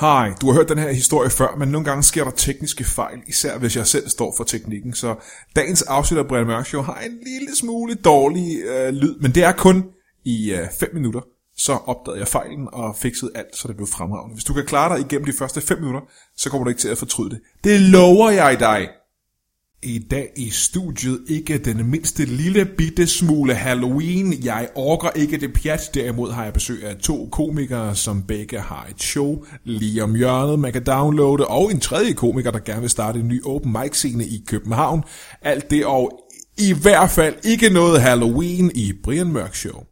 Hej, du har hørt den her historie før, men nogle gange sker der tekniske fejl, især hvis jeg selv står for teknikken, så dagens afsnit af Brian Mørk Show har en lille smule dårlig øh, lyd, men det er kun i 5 øh, fem minutter, så opdagede jeg fejlen og fikset alt, så det blev fremragende. Hvis du kan klare dig igennem de første 5 minutter, så kommer du ikke til at fortryde det. Det lover jeg dig! I dag i studiet ikke den mindste lille bitte smule Halloween. Jeg orker ikke det pjat. Derimod har jeg besøg af to komikere, som begge har et show lige om hjørnet. Man kan downloade. Og en tredje komiker, der gerne vil starte en ny open mic scene i København. Alt det og i hvert fald ikke noget Halloween i Brian Mørk Show.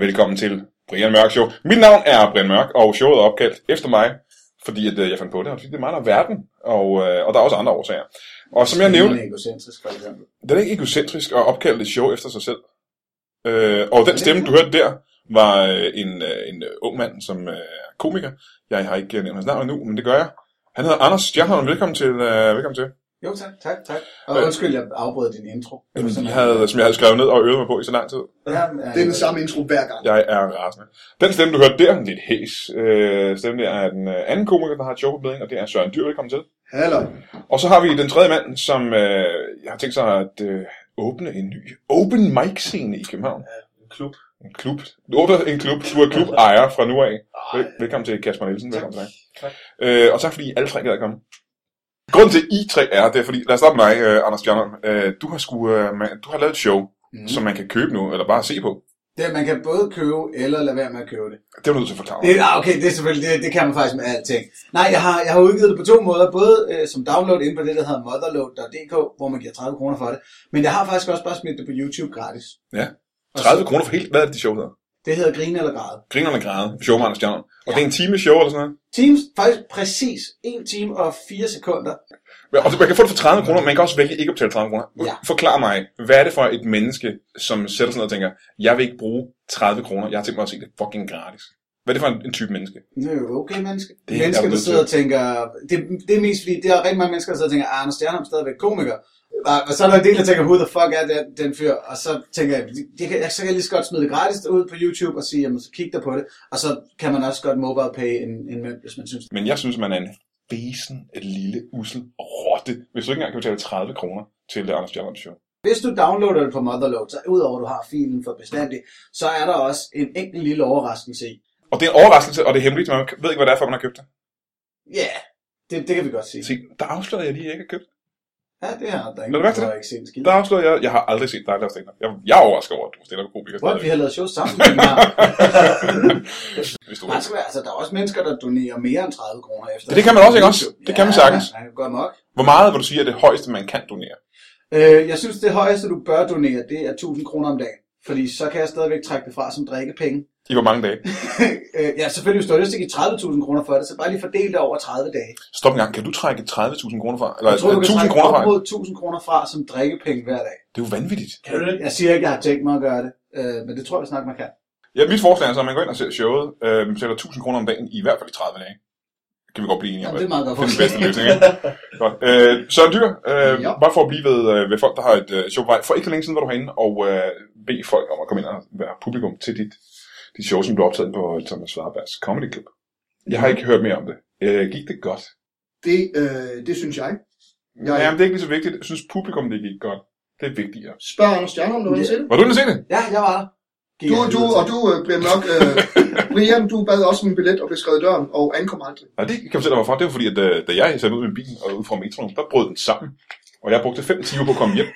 Velkommen til Brian Mørk Show. Mit navn er Brian Mørk, og showet er opkaldt efter mig, fordi at, øh, jeg fandt på det, og fordi det er mig, der er verden, og, øh, og der er også andre årsager. Og som jeg Den nævnte, er egocentrisk, for eksempel. den er ikke egocentrisk at opkalde et show efter sig selv. Øh, og den stemme, du hørte der, var øh, en, øh, en øh, ung mand, som øh, er komiker. Jeg har ikke øh, nævnt hans navn endnu, men det gør jeg. Han hedder Anders Stjernholm. Velkommen til. Øh, velkommen til. Jo, tak, tak, tak. Og Øh. undskyld, jeg afbrød din intro. Det var Som sådan, jeg, havde, som jeg havde skrevet ned og øvet mig på i så lang tid. Ja, Det er den samme intro hver gang. Jeg er rasende. Den stemme, du hørte der, den lidt hæs øh, stemme, der er den øh, anden komiker, der har et show på bedring, og det er Søren Dyr. Velkommen til. Hallo. Og så har vi den tredje mand, som øh, har tænkt sig at øh, åbne en ny open mic scene i København. klub. En klub. Du åbner en klub. Du er klubejer fra nu af. Vel, velkommen til Kasper Nielsen. Tak. Velkommen til dig. Tak. Øh, og tak fordi I alle tre gad at komme. Grunden til, at I tre er, det er fordi, lad os starte med dig, øh, Anders Bjørnholm. Øh, du, har sku, øh, man, du har lavet et show, mm. Mhm. som man kan købe nu, eller bare se på. Det, man kan både købe eller lade være med at købe det. Det er du nødt til at forklare. det ah, okay, det er selvfølgelig, det, det kan man faktisk med alting. Nej, jeg har, jeg har udgivet det på to måder. Både øh, som download inde på det, der hedder motherload.dk, hvor man giver 30 kroner for det. Men jeg har faktisk også bare smidt det på YouTube gratis. Ja. Og 30 kroner for helt, hvad er det, de show hedder? Det hedder Grine eller Græde. Grinerne Græde, show med Anders Bjørnholm. Og det er en time show eller sådan noget. Teams, faktisk præcis 1 time og 4 sekunder. Men- Og så- man kan få det for 30 kroner, men man kan også vælge ikke at betale 30 kroner. Ja. Forklar mig, hvad er det for et menneske, som sætter sig ned og tænker, jeg vil ikke bruge 30 kroner, jeg har tænkt mig at se det fucking gratis. Hvad er det for en, en type menneske? Det er jo okay menneske. Det er Det jeg mennesker, der nødt sidder og tænker... Det, det er mest fordi, der er rigtig mange mennesker, der sidder og tænker, Arne Stjernholm er stadigvæk komiker. Og, og så er der en del, der tænker, who the fuck er den, den fyr? Og så tænker jeg, det kan, så kan jeg lige så godt smide det gratis ud på YouTube og sige, jamen så kig der på det. Og så kan man også godt mobile pay en, en mønt, hvis man synes. Men jeg synes, man er en besen, et lille, usel rotte, hvis du ikke engang kan betale 30 kroner til det Anders Bjørnholm Show. Hvis du downloader det på Motherload, så udover at du har filen for bestandig, så er der også en enkelt lille overraskelse i. Og det er en overraskelse, og det er hemmeligt, man ved ikke, hvad det er, før man har købt det. Ja, yeah, det, det kan vi godt sige. Se, der afslører jeg lige, at jeg ikke har købt det. Ja, det har der Lad ingen, det være til der det. ikke set en skid. Der afslører jeg, jeg har aldrig set dig, der stiller. Jeg, jeg er overrasket over, at du stiller på komiker. What, vi stadigvæk. har lavet shows sammen. men jeg- Hvis du... Man skal være, altså, der er også mennesker, der donerer mere end 30 kroner efter. Det- det kan man også, ikke også? Det kan man sagtens. Ja, man kan godt nok. Hvor meget vil du sige er det højeste, man kan donere? Øh, jeg synes, det højeste, du bør donere, det er 1000 kroner om dagen. Fordi så kan jeg stadigvæk trække det fra som drikkepenge. I hvor mange dage? øh, ja, selvfølgelig, hvis du har lyst til at give 30.000 kroner for det, så bare lige fordel det over 30 dage. Stop en gang, kan du trække 30.000 kroner fra? Eller Jeg tror, du kan 1.000 trække Altså, kroner fra? op mod 1000 kroner fra som drikkepenge hver dag. Det er jo vanvittigt. Kan du det? Jeg siger ikke, jeg har tænkt mig at gøre det, øh, men det tror jeg snart, man kan. Ja, mit forslag er så, at man går ind og ser showet, øh, man betaler 1.000 kroner om dagen i hvert fald i 30 dage. Kan vi godt blive enige Ja, om, det er meget godt det er den forslag. bedste løsning, ikke? Godt. Øh, så dyr, øh, Ja. bare for at blive ved, øh, ved folk, der har et øh, show på vej. For ikke så længe siden var du herinde og øh, bede folk om at komme ind og være publikum til dit, dit show, som blev optaget på Thomas Svarbergs Comedy Club. Jeg har Mhm. ikke hørt mere om det. Øh, gik det godt? Det, øh, det synes jeg. Ja, Ja, ja. Jamen, det er ikke lige så vigtigt. Jeg synes, publikum det gik godt. Det er vigtigere. Spørg Anders Stjernholm, du Ja. yeah. til. Var du inde at se det? Ja, jeg var der. Gik Du, jeg du, helvede og til. du øh, bliver mørk. Øh, Brian, du bad også om en billet og blev skrevet i døren og ankom aldrig. Nej, det kan jeg fortælle dig hvorfor. Det var fordi, at øh, da jeg satte ud med bilen og ud fra metroen, der brød den sammen. Og jeg brugte fem timer på at komme hjem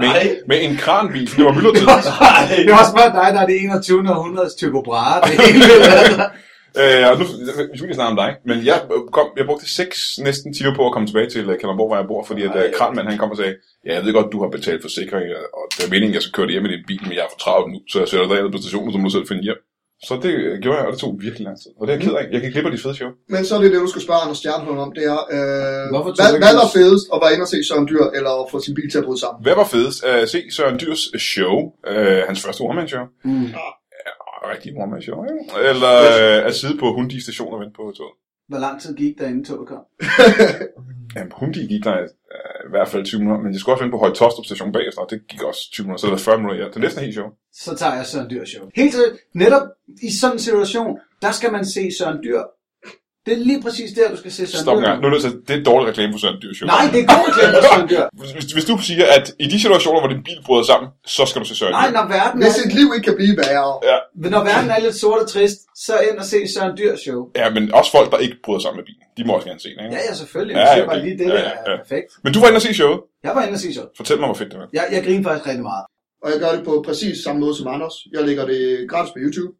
med, Nej. med en kranbil, fordi det var myldretid. Nej. Det var også bare dig, der er det 21. århundredes Tycho Brahe. Det hele, Øh, og nu, vi skal ikke snakke om dig, men jeg, øh, kom, jeg brugte seks næsten timer på at komme tilbage til øh, Kalundborg, hvor jeg bor, fordi at øh, Kranmand, han kom og sagde, ja, jeg ved godt, du har betalt forsikring, og- og det er meningen, jeg skal køre dig hjem i din bil, men jeg er for travlt nu, så jeg sætter dig ned på stationen, så må du selv finde hjem. Så det øh, gjorde jeg, og det tog virkelig lang tid. Og det er jeg ked af. Jeg kan klippe de fede show. Men så er det det, du skal spørge Anders Stjernholm om, det er, øh, Hvorfor tog hvad, du ikke hvad ud? er fedest at være inde og se Søren Dyr, eller at få sin bil til at bryde sammen? Hvad var fedest? At se Søren Dyrs show, øh, hans første one-man-show, Mm. rigtig one-man-show, ikke? eller øh, at sidde på Hundi station og vente på toget. Hvor lang tid gik der, inden toget kom? Jamen, hun gik lige der øh, i hvert fald 20 minutter, men jeg skulle også vende på Høje Tostrup station bagefter, og det gik også 20 minutter, så det var 40 minutter, ja. Det er næsten helt sjovt. Så tager jeg Søren Dyr show. Helt seriøst, netop i sådan en situation, der skal man se Søren Dyr. Det er lige præcis der, du skal se Søren Stop en Dyr. gang. Nu er det, altså, det er dårlig reklame for Søren Dyr Show. Nej, det er god reklame for Søren Dyr. Hvis, hvis, hvis, du siger, at i de situationer, hvor din bil bryder sammen, så skal du se Søren Nej, Dyr. når verden Hvis er, et liv ikke kan blive værre, når verden er lidt sort og trist, så ind og se Søren Dyr show. Ja, men også folk, der ikke bryder sammen med bilen. De må også gerne se det, ikke? Ja, ja, selvfølgelig. Ja, Jeg siger okay. bare lige, det Ja, der ja, er ja. perfekt. Men du var inde og se showet. Jeg var inde og se så. Fortæl mig, hvor fedt det var. Jeg, jeg griner faktisk rigtig meget. og jeg gør det på præcis samme måde som Anders. Jeg lægger det gratis på YouTube,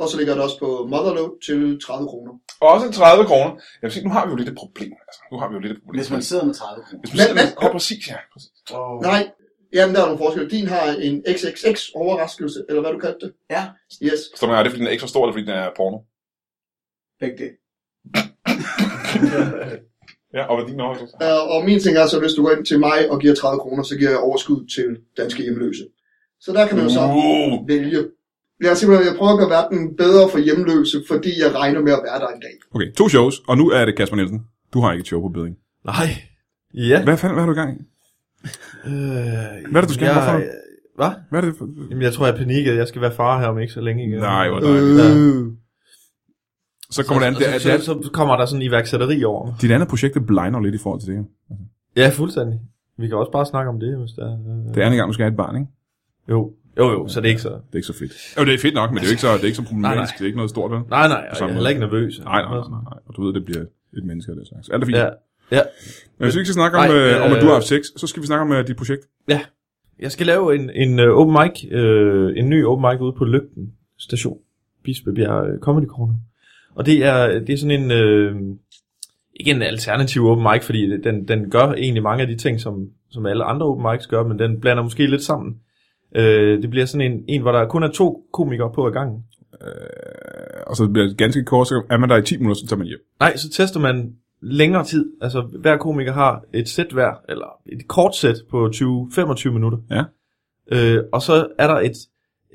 og så lægger jeg det også på Motherload til 30 kroner. Og også en 30 kroner. Jeg vil sige, nu har vi jo lidt et problem. Altså, nu har vi jo lidt et problem. Hvis man sidder med 30 kroner. hvis man Men- sidder med... men- Ja, præcis, ja. Præcis. Oh. Nej, jamen der er nogle forskelle. Din har en XXX-overraskelse, eller hvad du kaldte det. Ja, Yes. Så er det, fordi den er ekstra stor, eller fordi den er porno? begge det. Ja, og hvad er din overraskelse? Øh, Og min ting er så, hvis du går ind til mig og giver 30 kroner, så giver jeg overskud til danske hjemløse. Så der kan man jo så Uh, vælge. Jeg, er simpelthen, jeg prøver at gøre verden bedre for hjemløse, fordi jeg regner med at være der en dag. Okay, to shows, og nu er det Kasper Nielsen. Du har ikke et show på beding. Nej. Ja. Hvad fanden hvad har du i gang i? Øh, Hvad er det, du skal? jeg, Hvorfor? Hvad? Hvad er det for... Jamen, jeg tror, jeg panikker. Jeg skal være far her om ikke så længe igen. Nej, hvor dejligt. Øh. Så kommer det an. Så, Det, er- så, det, Altså, så, er- så kommer der sådan iværksætteri over mig. dit andet projekt, det blinder lidt i forhold til det her. Ja, fuldstændig. Vi kan også bare snakke om det, hvis der øh... Det er en gang, du skal have et barn, ikke? Jo, jo, jo, så det er ikke så... Det er ikke så fedt. Jo, det er fedt nok, men det er jo ikke så, det er ikke så problematisk. Nej, nej. Det er ikke noget stort, vel? Nej, Nej, nej, samme og jeg er måde. heller ikke nervøs. nej, nej, nej, nej. Og du ved, det bliver et menneske af det slags. Alt er fint. Ja, ja. Men hvis vi ikke skal snakke om, Nej, øh, om, at øh, du har haft sex, så skal vi snakke om øh, dit projekt. Jeg skal lave en, en uh, open mic, uh, en ny open mic ude på Lygten station, Bispebjerg uh, Comedy Corner. Og det er, det er sådan en, uh, ikke en alternativ open mic, fordi det- den, den gør egentlig mange af de ting, som, som alle andre open mics gør, men den blander måske lidt sammen. Uh, det bliver sådan en, en, hvor der kun er to komikere på ad gangen. Øh, og så bliver det ganske kort, så er man der i 10 minutter, så tager man hjem. Nej, så tester man længere tid. Altså, hver komiker har et sæt hver, eller et kort sæt på 20-25 minutter. Ja. Øh, og så er der et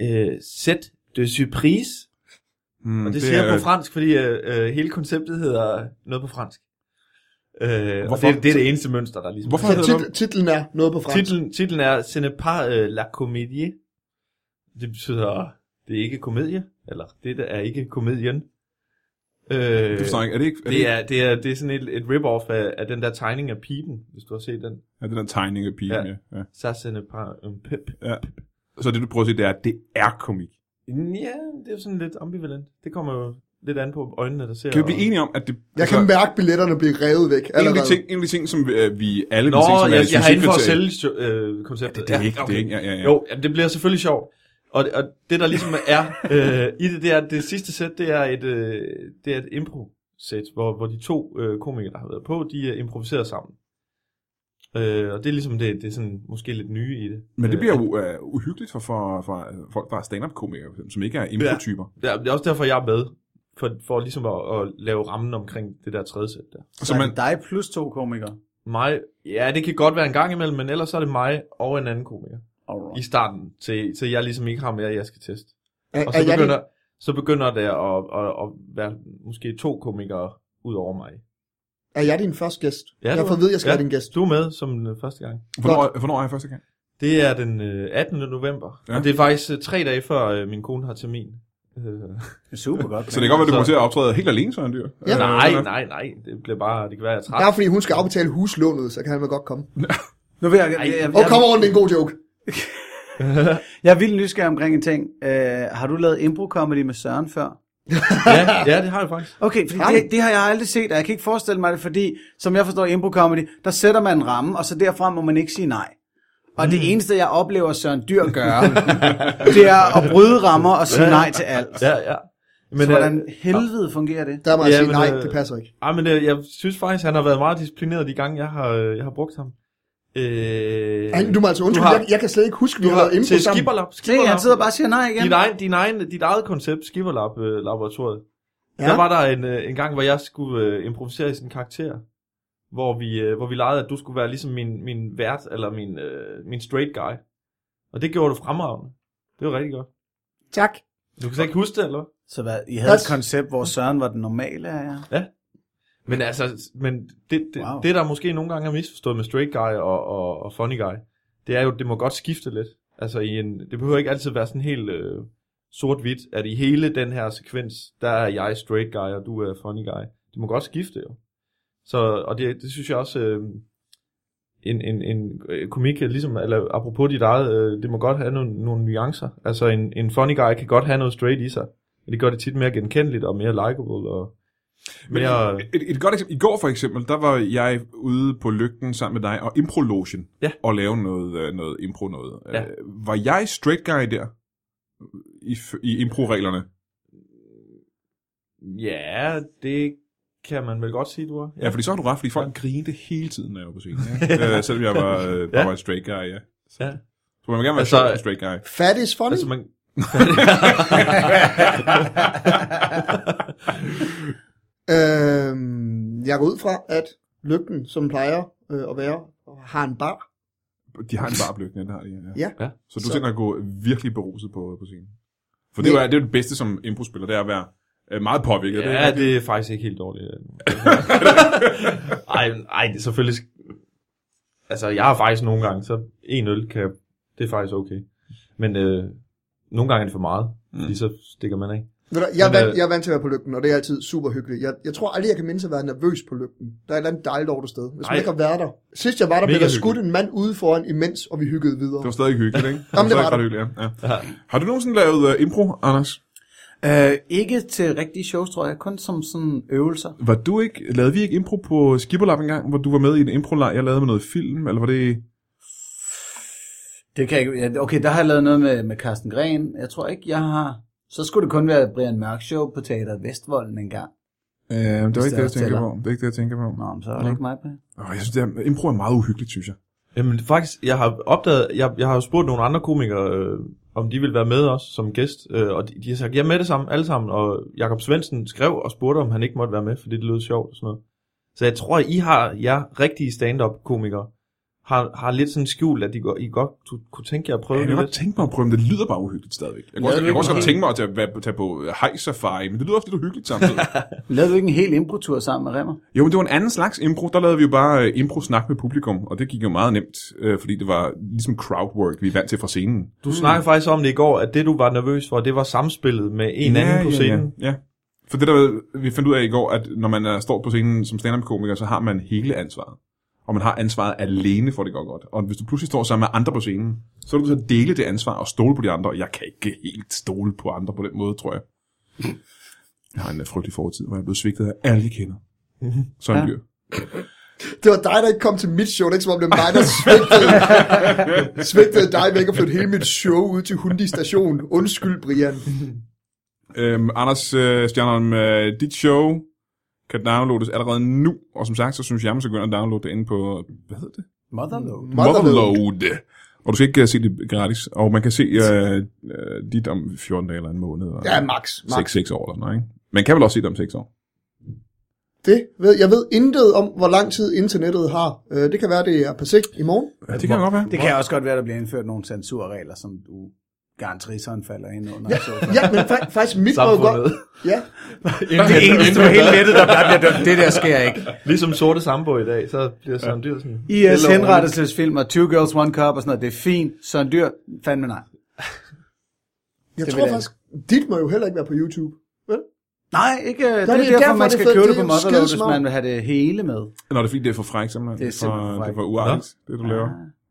øh, sæt de surprise, Mm, og Hmm, det, det siger jeg på fransk, fordi øh, øh, hele konceptet hedder noget på fransk. Øh, og Hvorfor? det, det er det eneste mønster, der er ligesom. Hvorfor Så hedder det tit- titlen er noget på fransk. Titlen, titlen er Ce n'est pas øh, la comédie. Det betyder, det er ikke komedie, eller det der er ikke komedien. Øh, Du snakker, er det ikke er det, det ikke- er, det er, det er sådan et, et rip-off af, af den der tegning af pipen, hvis du har set den. er det den tegning af pigen? Ja. Ja. Ja. Sassene par en pip. Så det, du prøver at sige, det er, at det er komik. Ja, det er jo sådan lidt ambivalent. Det kommer jo lidt an på øjnene, der ser. Kan vi blive og- enige om, at det... Jeg kan Altså- mærke billetterne blive revet væk en af, allerede. de ting, en af de ting, som øh, vi alle Nå, vil se, som jeg, er jeg, et jeg har inden for at succeskriterie- sælge sjo- øh, konceptet. Det er Ja, ikke, det er okay. ikke, ja, ja, ja. Jo, jamen, det bliver selvfølgelig sjovt. Og, og det, der ligesom er øh, i det, det er, det sidste sæt, det er et, øh, det er et impro-sæt, hvor, hvor de to øh, komikere, der har været på, de øh, improviserer sammen. Øh, og det er ligesom det, det er sådan, måske lidt nye i det. Men det Øh, bliver jo uh, uhyggeligt for, for, for folk, der er stand-up-komikere, for eksempel, som ikke er improtyper. Ja, det er også derfor, jeg er med. For, for ligesom at, at lave rammen omkring det der tredje sæt der. Ja. Så man, dig plus to komikere. Mig, ja, det kan godt være en gang imellem, men ellers så er det mig og en anden komiker. Alright. I starten, til, til jeg ligesom ikke har mere, jeg skal teste. Er, Og er så jeg begynder, så begynder det at, at, at være måske to komikere ud over mig. din, er jeg din første gæst? Ja, jeg du får er. ved, jeg skal Ja. være din gæst. Du er med som den første gang. hvornår, hvornår er jeg første gang? Det er den øh, 18. november, Ja. ja. og det er faktisk øh, tre dage før øh, min kone har termin. Øh, Super godt. Så det kan godt være, du Så- kommer til at optræde helt alene, Søren Dyr. Ja. Øh, nej, sådan er- nej, nej, det bliver bare, det kan være, jeg er træt. Ja, fordi hun skal afbetale huslånet, så kan han vel godt komme. Nu vil jeg, jeg, Ej. jeg, Og jeg, kom rundt, det er en god joke. jeg er vildt nysgerrig omkring en ting. Øh, har du lavet impro-comedy med Søren før? ja, ja, det har jeg faktisk. Okay, fordi Har det, det har jeg aldrig set, og jeg kan ikke forestille mig det, fordi, som jeg forstår impro-comedy, der sætter man en ramme, og så derfra må man ikke sige nej. Og det eneste, jeg oplever Søren Dyr gøre, det er at bryde rammer og sige nej til alt. Ja, ja. Men, så hvordan øh, helvede fungerer det? Der må jeg Ja, sige, men, nej, øh, det passer ikke. Ej, men øh, jeg synes faktisk, han har været meget disciplineret de gange, jeg har, øh, jeg har brugt ham. Øh, Ej, du må altså undskylde, har- jeg, jeg kan slet ikke huske, vi du har har lavet info til sammen. Skibberlap. Se, han sidder bare og siger nej igen. Din egen, din egen, dit eget koncept, Skibberlap-laboratoriet. Ja. Ja. Der var der en, øh, en gang, hvor jeg skulle øh, improvisere i sådan en karakter, hvor vi, øh, hvor vi legede, at du skulle være ligesom min, min vært, eller min, øh, min straight guy. Og det gjorde du fremragende. Det var rigtig godt. Tak. Du kan slet ikke huske det, eller hvad? Så hvad, I havde et Hvad? koncept, hvor Søren var den normale af jer? Men altså, men det, det, Wow. wow. det der måske nogle gange er misforstået med straight guy og, og, og funny guy, det er jo, det må godt skifte lidt. Altså, i en, det behøver ikke altid være sådan helt øh, sort-hvidt, at i hele den her sekvens, der er jeg straight guy, og du er funny guy. Det må godt skifte jo. Så, og det, det synes jeg også, øh, en, en, en øh, komik, er ligesom, eller apropos dit eget, øh, det må godt have nogle, nogle nuancer. Altså, en, en funny guy kan godt have noget straight i sig. Men det gør det tit mere genkendeligt og mere likable og mere... Et, et godt eksempel, I går for eksempel, der var jeg ude på lygten sammen med dig og imprologen Ja. og lave noget, øh, noget impro noget. Ja. Øh, Var jeg straight guy der i, f- i impro-reglerne? Ja, det kan man vel godt sige, du er. Ja, fordi så har du ret, fordi folk grinte hele tiden, når jeg var på scenen. Ja. øh, selvom jeg var, øh, bare Ja. var en straight guy, ja. Ja. Så man må gerne være Altså, altså, en straight guy. Fat is funny. Altså, man... Øhm, jeg går ud fra, at lygten, som den plejer øh, at være, har en bar. De har en barbløgning, den har de. Ja. Ja. Ja. Så du Så- tænker at gå virkelig beruset på, på scenen. For det, er jo- det er jo det bedste som improspiller, det er at være øh, meget påvirket. det er ja, det er faktisk ikke helt dårligt. øh. ej, ej, det er selvfølgelig... sk- Altså, jeg har faktisk nogle gange, så en øl kan... Det er faktisk okay. Men øh, nogle gange er det for meget, mm. fordi så stikker man af. Ved du, jeg, er Men, vant, øh, jeg er vant til at være på lygten, og det er altid super hyggeligt. Jeg, jeg tror aldrig, jeg kan mindes at være nervøs på lygten. Der er et eller andet dejligt over det sted, hvis man Ej. ikke har været der. Sidst jeg var der, blev Mega der skudt en mand ude foran imens, og vi hyggede videre. Det var stadig hyggeligt, ikke? Jamen, det var stadig ret hyggeligt, ja. ja. Har du nogensinde lavet uh, impro, Anders? Øh, ikke til rigtige shows, tror jeg. Kun som sådan øvelser. Var du ikke, lavede vi ikke impro på Skibberlap en gang, hvor du var med i en improlej, jeg lavede med noget film, eller var Øh, det... Det kan jeg ikke... ja, Okay, der har jeg lavet noget med, med Carsten Gren. Jeg tror ikke, jeg har... Så skulle det kun være Brian Mørk Show på Teater Vestvolden en gang. Øh, det var Hvis ikke det, jeg det tænker tæller. på. Det er ikke det, jeg tænker på. Nå, men så er det Nå. ikke mig på. Åh, jeg synes, det er, impro er meget uhyggeligt, synes jeg. Jamen faktisk, jeg har opdaget, jeg, jeg har jo spurgt nogle andre komikere, øh, om de ville være med os som gæst, øh, og de, de har sagt, ja med det sammen, alle sammen, og Jakob Svendsen skrev og spurgte, om han ikke måtte være med, fordi det lød sjovt og sådan noget. Så jeg tror, I har, jer rigtige stand-up komikere, har, har lidt sådan skjult, at de går, I godt du, kunne tænke jer at prøve Jeg kan det godt lidt. tænke mig at prøve, men det lyder bare uhyggeligt stadigvæk. Jeg kan Ja, også, det jeg kan er også godt helt- tænke mig at tage, være- tage på hej safari, men det lyder også lidt uhyggeligt samtidig. Lavede du ikke en hel improtur sammen med Remmer? jo, men det var en anden slags impro. Der lavede vi jo bare øh, impro-snak med publikum, og det gik jo meget nemt, øh, fordi det var ligesom crowdwork, vi er vant til fra scenen. Du snakkede faktisk om det i går, at det du var nervøs for, det var samspillet med en anden på scenen. Ja, ja. For det der, vi fandt ud af i går, at når man er, står på scenen som stand-up-komiker, så har man hele ansvaret. Og man har ansvaret alene for at det går godt. Og hvis du pludselig står sammen med andre på scenen, så er du så dele det ansvar og stole på de andre. Og Jeg kan ikke helt stole på andre på den måde, tror jeg. Jeg har en øh, frygtelig fortid, hvor jeg blev svigtet af alle, jeg kender. Sådan Ja. ja. dyr. Det var dig, der ikke kom til mit show. Det er ikke som om, det var mig, der svigtede, svigtede dig væk og flyttede hele mit show ud til Hundi station. Undskyld, Brian. Øhm, Anders øh, Stjernholm, øh, dit show kan downloades allerede nu. Og som sagt, så synes jeg, man skal gå ind og downloade det inde på, øh, hvad hedder det? Motherload. Motherload. Motherload. Og du skal ikke øh, se det gratis. Og man kan se øh, øh, dit om 14 dage eller en måned. Eller Ja, max. max. 6, 6 år eller sådan noget, ikke? Man kan vel også se det om 6 år. Det ved, jeg ved intet om, hvor lang tid internettet har. Øh, Det kan være, det er passé i morgen. Ja, det kan godt være. Det kan også godt være, der bliver indført nogle censurregler, som du garantrisseren falder ind under. Ja, Ja, men fa- faktisk mit var jo Samfundet. godt. Ja, det er eneste på hele nettet, der bare bliver dømt. Det der sker ikke. Ligesom sorte sambo i dag, så bliver Søren Dyr sådan... IS henrettelsesfilm og Two Girls, One Cup og sådan noget. Det er fint. Søren Dyr, fandme nej. jeg Det tror vil jeg faktisk, dit må jo heller ikke være på YouTube. Vel? Nej, ikke. Nej, det er det er derfor, derfor, man det er skal fedt. købe det Det på er Motherload, hvis skidesmart. man vil have det hele med. Nå, det er fordi, det er for frækt, simpelthen. Det er simpelthen for for, det er frækt. Ah. for uartigt, det du laver.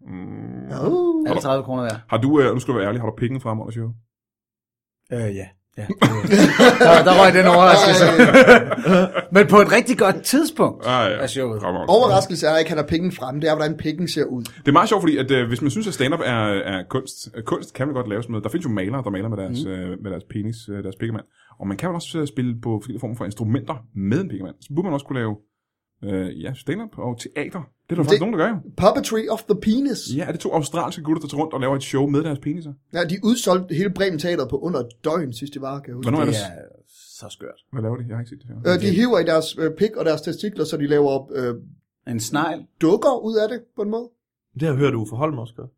Uh. Er det 30 kroner værd? Har du, øh, nu skal du være ærlig, har du penge frem under showet? Øh, ja. Ja. der, der røg den overraskelse. Men på et rigtig godt tidspunkt Ah, ja. af showet. Rammer. Overraskelse er ikke, at han har pengen frem. Det er, hvordan pengen ser ud. Det er meget sjovt, fordi at, øh, hvis man synes, at stand-up er, er kunst, øh, kunst kan man godt lave sådan noget. Der findes jo malere, der maler med deres, mm. øh, med deres penis, øh, deres pikkemand. Og man kan vel også øh, spille på forskellige former for instrumenter med en pikkemand. Så burde man også kunne lave øh, ja, stand-up og teater. Det er der faktisk nogen, der gør jo. Puppetry of the penis. Ja, er det to australske gutter, der tager rundt og laver et show med deres peniser? Ja, de udsolgte hele Bremen Teateret på under et døgn, sidst det var, kan jeg huske. Hvornår er det? Det er så skørt. Hvad laver de? Jeg har ikke set det her. Øh, de hiver i deres øh, pik og deres testikler, så de laver øh, En snegl. dukker ud af det, på en måde. Det har jeg hørt Uffe Holm også gøre.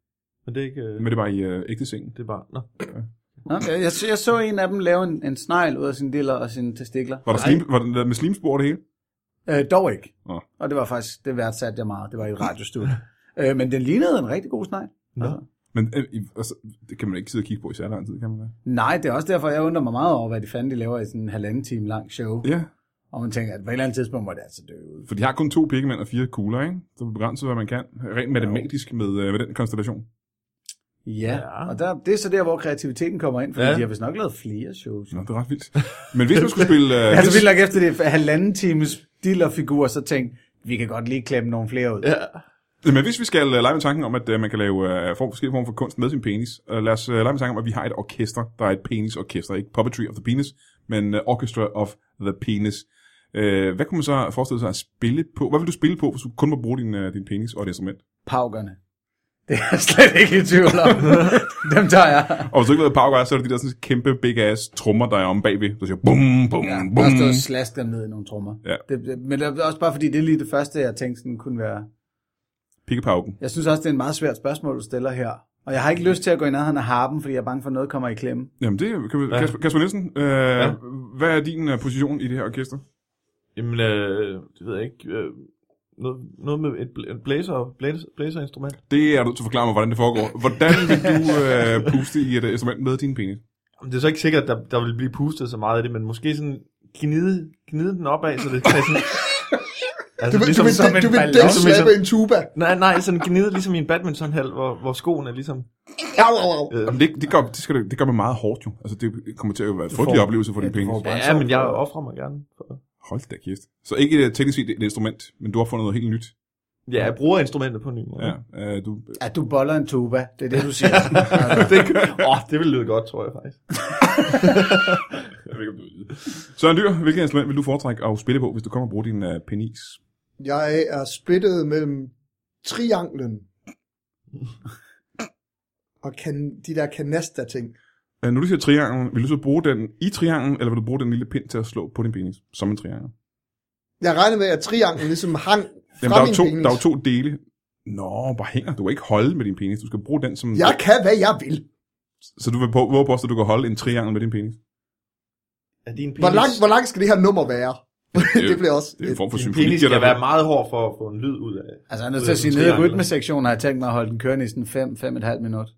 Men det er ikke... Øh, Men det var i øh, ægte sengen. det er bare... Nå. Okay, jeg, så- jeg så en af dem lave en, en snegl ud af sine diller og sine testikler. Var der, slim, var der med slimspor og det hele? Øh, dog ikke. Nå. Og det var faktisk, det værdsatte jeg meget. Det var i et radiostudie. øh, men den lignede en rigtig god snegl. Nå. Men øh, i- altså, det kan man ikke sidde og kigge på i særlig lang tid, kan man det? Nej, det er også derfor, jeg undrer mig meget over, hvad de fanden de laver i sådan en halvanden time lang show. Ja, Og man tænker, at på et eller andet tidspunkt må det altså dø ud. for de har kun to pikkemænd og fire kugler, ikke? Så begrænset, hvad man kan. Rent matematisk med, øh, med den konstellation. Ja, Ja. ja. og der, det er så der, hvor kreativiteten kommer ind, fordi Ja. ja. de har vist nok lavet flere shows. Nå, det er ret vildt. Men hvis man skulle spille... Øh, Altså hvis, vildt nok efter det halvanden times dillerfigur, så tænkte vi kan godt lige klemme nogle flere ud. Ja. men hvis vi skal øh, lege med tanken om, at øh, man kan lave øh, form, forskellige former for kunst med sin penis, øh, lad os øh, lege med tanken om, at vi har et orkester, der er et penisorkester, ikke Puppetry of the Penis, men øh, Orchestra of the Penis. Øh, hvad kunne man så forestille sig at spille på? Hvad vil du spille på, hvis du kun må bruge din, øh, din penis og et instrument? Paukerne. Det er jeg slet ikke i tvivl om. Dem tager jeg. Og hvis du ikke ved, hvad power er, så er det de der sådan kæmpe big ass trommer, der er om bagved. Der siger bum, bum, Ja, ja, bare stå bum. og slaske dem ned i nogle trommer. Ja. Det, det, men det er også bare fordi, det er lige det første, jeg tænkte sådan kunne være. Pikkepauken. Jeg synes også, det er en meget svært spørgsmål, du stiller her. Og jeg har ikke lyst til at gå i nærheden af harpen, fordi jeg er bange for, at noget kommer i klemme. Jamen det kan vi, Ja. Kasper, Kasper Nielsen, øh, ja. hvad er din uh, position i det her orkester? Jamen, øh, det ved jeg ikke. Øh, noget, noget med et bl- et blæser, blæser, blæserinstrument. Det er du til at forklare mig, hvordan det foregår. Hvordan vil du øh, puste i et øh, instrument med din penis? Jamen, det er så ikke sikkert, at der, der vil blive pustet så meget af det, men måske sådan gnide, gnide den opad, så det kan sådan... Du Altså, vil, du vil, som en du vil ballon, den som slappe ligesom- en tuba. Nej, nej, sådan gnide ligesom i en badmintonhal, hvor, hvor skoen er ligesom... Au, au, au. Øh, Jamen, det, det, gør, det, skal, du- det gør man meget hårdt jo. Altså det kommer til at være en frygtelig får- oplevelse for din ja, du penis. får bare- ja, men jeg offrer mig gerne. For, Hold da kæft. Så ikke øh, teknisk set et instrument, men du har fundet noget helt nyt. ja, jeg bruger instrumentet på en ny måde. Ja, øh, du, At du boller en tuba, det er det, du siger. det, åh, oh, det ville lyde godt, tror jeg faktisk. jeg ved ikke, om du vil vide. Søren Dyr, hvilket instrument vil du foretrække at spille på, hvis du kommer og bruger din øh, penis? Jeg er splittet mellem trianglen og kan, de der kanasta-ting. Øh, Når du siger triangel, vil du så bruge den i trianglen, eller vil du bruge den lille pind til at slå på din penis, som en triangel? Jeg regner med, at trianglen ligesom hang Jamen, fra der, er jo min to, penis. der er jo to dele. Nå, bare hænger. Du kan ikke holde med din penis. Du skal bruge den som... Jeg kan, hvad jeg vil. Så du vil på, våge på, at du kan holde en triangel med din penis? Er din penis, Hvor langt, hvor langt skal det her nummer være? jo- det bliver også... Det er en form for din symfoni. penis der skal er- være meget hård for at få en lyd ud af. altså, jeg er nødt til at sige, nede i rytmesektionen har jeg tænkt mig at holde den kørende i sådan 5 fem, et halvt minut.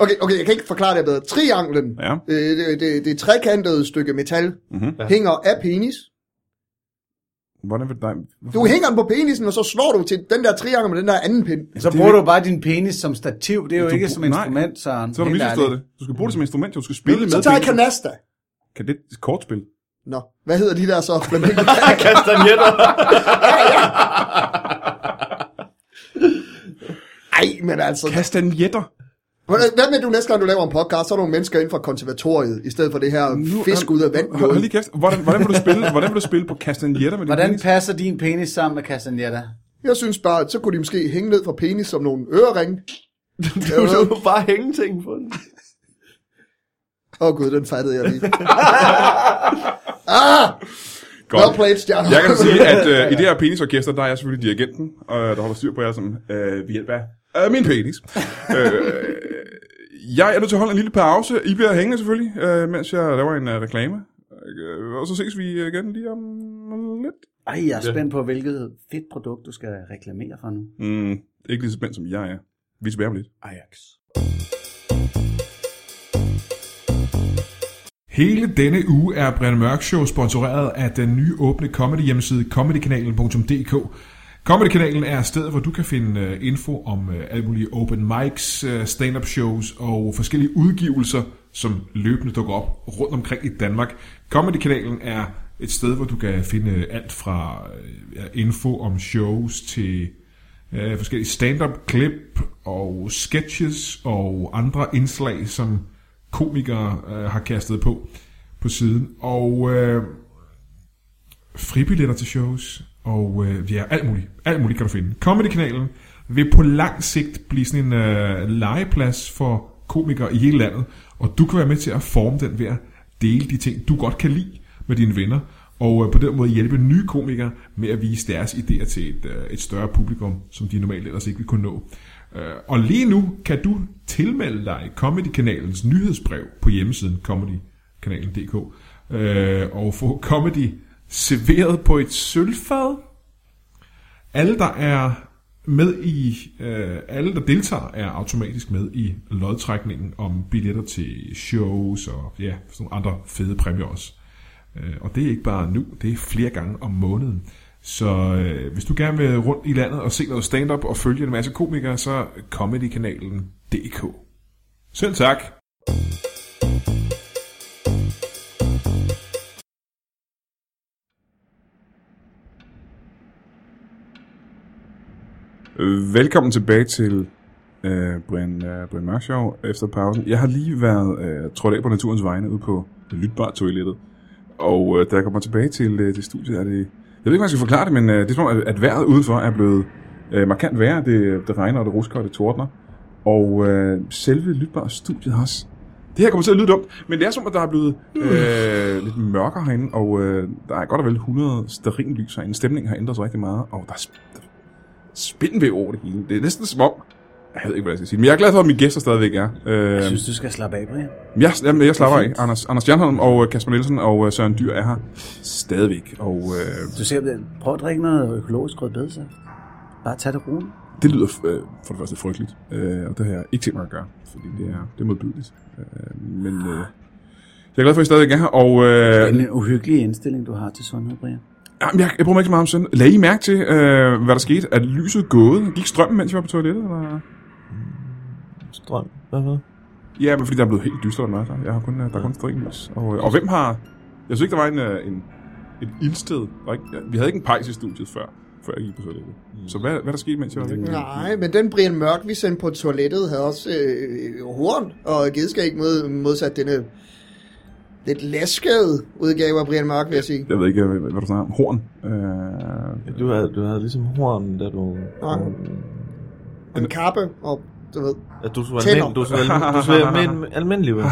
Okay, okay, jeg kan ikke forklare det bedre. Trianglen, Ja. øh, det, det, det trekantede stykke metal, Mm-hmm. Ja. hænger af penis. Hvordan vil dig... Du hænger den på penisen, og så slår du til den der triangel med den der anden pind. Så Det- bruger du bare din penis som stativ, det er jo Du ikke brug- som nej. instrument, Søren. Så har du Helt misforstået ærligt. det. Du skal bruge det som instrument, jo. du skal spille med Så tager jeg penisen. kanasta. Kan det et kortspil? Nå, hvad hedder de der så? Flamingo? Kastanjetter. Ej, men altså. Kastanjetter. Hvordan- Hvad med du næste gang, du laver en podcast, så er nogle mennesker inden for konservatoriet, i stedet for det her fisk ud af vand. Hold hold lige kæft. Hvordan, hvordan, vil du spille, hvordan vil du spille på kastanjetter med din Hvordan penis? passer din penis sammen med Castaneda? Jeg synes bare, at så kunne de måske hænge ned fra penis som nogle øreringe. du så jo bare hænge ting på den. Åh oh, gud, den fattede jeg lige. ah, Godt. well played, Stjerne. Jeg kan sige, at øh, i det her penisorkester, der er jeg selvfølgelig dirigenten, og øh, der holder styr på jer som, øh, ved hjælp af øh, min penis. øh, jeg er nødt til at holde en lille pause. I bliver hængende selvfølgelig, øh, mens jeg laver en øh, reklame. Øh, og så ses vi igen lige om lidt. Ej, jeg er spændt på, hvilket fedt produkt, du skal reklamere for nu. Mm, ikke lige så spændt som jeg er. Vi er tilbage om lidt. Ajax. Hele denne uge er Brian Mørk Show sponsoreret af den nye åbne comedy hjemmeside comedykanalen.dk. Comedy-kanalen er stedet, hvor du kan finde øh, info om øh, alle mulige open mics, øh, stand-up shows og forskellige udgivelser, som løbende dukker op rundt omkring i Danmark. Comedy-kanalen er et sted, hvor du kan finde alt fra øh, ja, info om shows til øh, forskellige stand-up-klip og sketches og andre indslag, som komikere øh, har kastet på på siden. Og... Øh, fribilletter til shows, og øh, ja, alt muligt. Alt muligt kan du finde. Comedy-kanalen vil på lang sigt blive sådan en øh, legeplads for komikere i hele landet, og du kan være med til at forme den ved at dele de ting, du godt kan lide med dine venner, og øh, på den måde hjælpe nye komikere med at vise deres idéer til et, øh, et større publikum, som de normalt ellers ikke vil kunne nå. Øh, og lige nu kan du tilmelde dig Comedy-kanalens nyhedsbrev på hjemmesiden comedykanalen.dk øh, og få comedy serveret på et sølvfad. Alle, der er med i, øh, alle, der deltager, er automatisk med i lodtrækningen om billetter til shows og ja, sådan nogle andre fede præmier også. Øh, og det er ikke bare nu, det er flere gange om måneden. Så øh, hvis du gerne vil rundt i landet og se noget stand-up og følge en masse komikere, så comedykanalen DK. Selv tak. Øh, Velkommen tilbage til øh, Brian, øh, Brian Mørk Show efter pausen. Jeg har lige været øh, trådt af på naturens vegne ude på det lytbare toilettet. Og øh, da jeg kommer tilbage til øh, det studie, er det... Jeg ved ikke, om jeg skal forklare det, men øh, det er som om, at, at vejret udenfor er blevet øh, markant værre. Det, det regner, og det rusker, og det tordner. Og øh, selve lytbare studiet har også... Det her kommer til at lyde dumt, men det er som, at der er blevet Mm. øh, lidt mørkere herinde, og øh, der er godt og vel 100 stearinlys herinde. Stemningen har ændret sig rigtig meget, og der er, sp- der spinvæv over det hele. Det er næsten som om... Jeg ved ikke, hvad jeg skal sige. Men jeg er glad for, at mine gæster stadigvæk er. Øh, Jeg synes, du skal slappe af, Brian. men jeg, jamen, jeg slapper af. Anders, Anders Jernholm og øh, Kasper Nielsen og øh, Søren Dyr er her stadigvæk. Og øh, Du ser, prøv at drikke noget økologisk rødbedesaft. Bare tag det roligt. det lyder øh, for det første frygteligt. Øh, og det har jeg ikke tænkt mig at gøre, fordi det er, det er modbydeligt. Øh, men øh, jeg er glad for, at I stadigvæk er her. Og Det øh, er en uhyggelig indstilling, du har til sundhed, Brian. jamen, jeg, jeg bruger mig ikke så meget om søndag. Lad I mærke til, øh, hvad der skete? Er lyset gået? Gik strømmen, mens jeg var på toilettet? Eller? Strøm. Hvad hvad? Ja, men fordi der er blevet helt dystert meget. Jeg har kun, øh, der er kun stringlys. Og, øh, og hvem har... Jeg synes ikke, der var en, øh, en, et ildsted. Der var ikke, ja, vi havde ikke en pejs i studiet før, før jeg gik på toilettet. Så hvad, hvad der skete, mens jeg var væk? Nej, men den Brian Mørk, vi sendte på toilettet, havde også øh, horn og gedskæg mod, modsat denne lidt laskede udgave af Brian Mørk, vil jeg sige. Jeg ved ikke, øh, hvad, hvad du snakker om. Horn. Øh, Du havde, du havde ligesom horn, da du... Ja. Og en kappe, og du ved, At du så Tænder. almindelig, du så almindelig, du så almindelig, almindelig ven.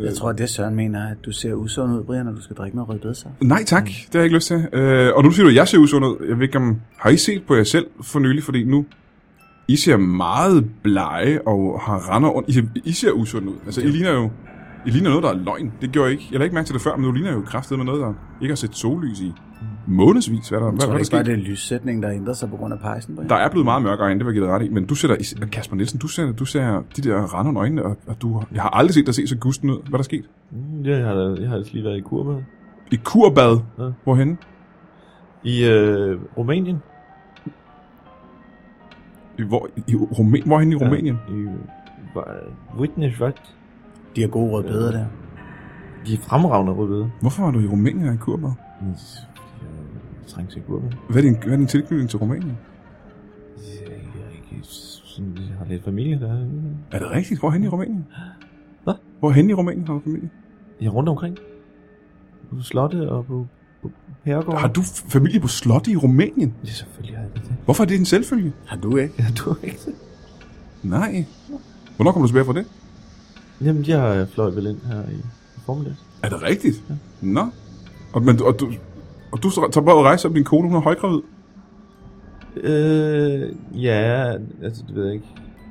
Jeg tror, det Søren mener, er, at du ser usund ud, Brian, når du skal drikke noget rødbedesaft. nej tak, det har jeg ikke lyst til. Øh, og nu siger du, at jeg ser usund ud. Jeg ved ikke, om... Har I set på jer selv for nylig? Fordi nu... I ser meget blege og har render rundt. I ser, I ser usund ud. Altså, I ligner jo... I ligner noget, der er løgn. Det gjorde jeg ikke. Jeg lagde ikke mærke til det før, men nu ligner jeg jo kraftet med noget, der ikke har set sollys i månedsvis. Hvad er der, Jeg hvad, tror hvad er du der ikke bare, sket? det er lyssætningen, der ændrer sig på grund af pejsen, Brian? Der er blevet meget mørkere end det, vil jeg give dig ret i. Men du sætter... I- Kasper Nielsen, du ser, du ser de der render under øjnene, og, og du, jeg har aldrig set dig se så gusten ud. Hvad er der sket? Mm, Ja, jeg har, da- jeg har altså lige været i kur med. I kurbad. Ja. Hvorhenne? I øh, Rumænien. I, hvor, i Rumæ- Hvorhenne i Rumænien? Ja, I Witnessvagt. De har gode rødbeder der. De er fremragende rødbede. Hvorfor var du i Rumænien og i Kurbad? Mm. Jeg trænger til kur med. Hvad er din, hvad er din tilknytning til Rumænien? Ja, Jeg, er ikke sådan, jeg har lidt familie der. er- Er det rigtigt? Hvorhenne i Rumænien? Hvad? Hvorhenne i Rumænien har du familie? Jeg er rundt omkring. På slotte og på, på herregården. Har du f- familie på slottet i Rumænien? Ja, selvfølgelig har jeg det. Hvorfor er det en selvfølge? Har du ikke? Ja, du har ikke det. Nej. Hvornår kommer du tilbage fra det? Jamen, jeg øh, fløj vel ind her i i formiddag. Er det rigtigt? Ja. Nå. Og, men, du- og, du, og du tager bare ud og rejser, og din kone hun er højgravid. Øh, ja, altså, det ved jeg ikke.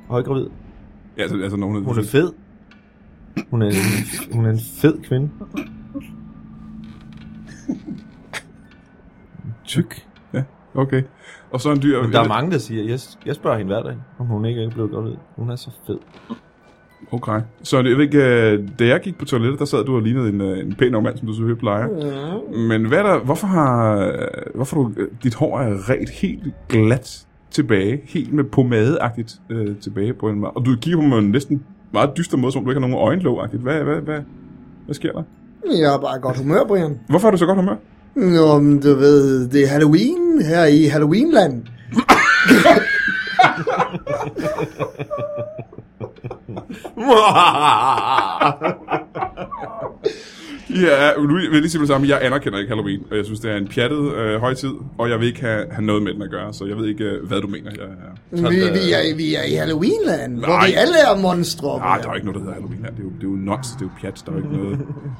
Højgravid. Ja, altså, altså når hun, Hun er fed. Hun er en, hun er en fed kvinde. Tyk. Okay. Og så en dyr... Men der er mange, der siger, jeg, jeg spørger hende hver dag, om hun ikke er blevet gravid. Hun er så fed. Okay. Så det, jeg ved ikke, øh, da jeg gik på toilettet, der sad du og lignede en, øh, en pæn ung mand, som du selvfølgelig plejer. Men hvad er der, hvorfor har øh, hvorfor du, øh, dit hår er ret helt glat tilbage, helt med pomadeagtigt øh, tilbage på en meget, og du kigger på mig næsten meget dyster måde, som om du ikke har nogen øjenlågagtigt. Hvad, hvad, hvad, hvad sker der? Jeg er bare i godt humør, Brian. Hvorfor har du så godt humør? Nå, men du ved, det er Halloween her i Halloweenland. Ja, øh, nu vil jeg lige sige med det samme. Jeg anerkender ikke Halloween, og jeg synes, det er en pjattet øh, højtid, og jeg vil ikke have, have noget med den at gøre, så jeg ved ikke, øh, hvad du mener. Jeg, jeg... Vi, vi, er, vi er i Halloweenland, Nej. hvor øh, Nej. vi alle er monstre. Nej, Ah, der er jo ikke noget, der hedder Halloween her. Det er jo, det er jo nuts, det er jo pjat, der er jo ikke noget.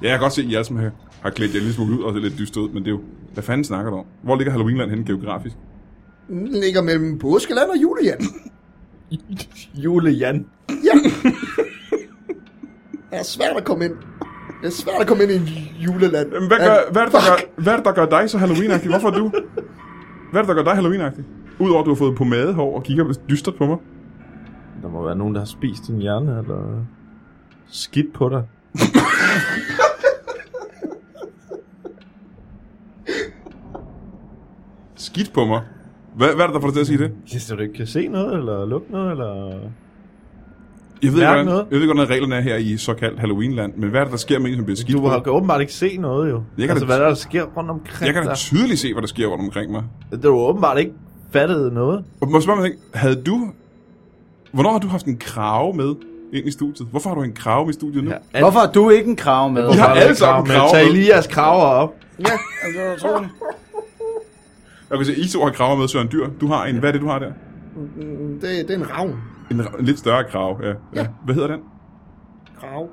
Ja, jeg kan godt se, at I alle som har, har klædt jer lidt smule ud, og det er lidt dyst ud, men det er jo... Hvad fanden snakker du om? Hvor ligger Halloweenland henne geografisk? Den ligger mellem påskeland og julian. Julejan. Ja. Det er svært at komme ind. Det er svært at komme ind i juleland. Jamen, hvad, gør, hvad, er det, der gør, hvad er det, der gør dig så Halloween-agtig? Hvorfor er du... Hvad er det, der gør dig Halloween-agtig? Udover at du har fået pomadehår og kigger dystert på mig. Der må være nogen, der har spist din hjerne, eller skidt på dig. Skidt på mig. Hvad, hvad er det, der får dig til at sige det? Ja, så du ikke kan se noget, eller lugte noget, eller... Jeg ved, ikke, Mærke hvordan, noget? jeg ved ikke, hvordan reglerne er her i såkaldt Halloweenland, men hvad er det, der sker med en, som bliver skidt Du på? har kan åbenbart ikke se noget, jo. Jeg kan altså, da- hvad der sker rundt omkring Jeg kan da dig. tydeligt se, hvad der sker rundt omkring mig. Du har åbenbart ikke fattet noget. Og må spørge mig, en ting. havde du... Hvornår har du haft en krave med ind i studiet? Hvorfor har du en krave med i studiet nu? Ja. At- Hvorfor har du ikke en krav med? Altså, Jeg har alle sammen Krav med. kraver Tag med. Elias kraver op. Jeg kan se, I to har kraver med, Søren Dyr. Du har en... Hvad er det, du har der? Det, det er en ravn. En, ra- en lidt større krave, ja. ja. Hvad hedder den? Krav.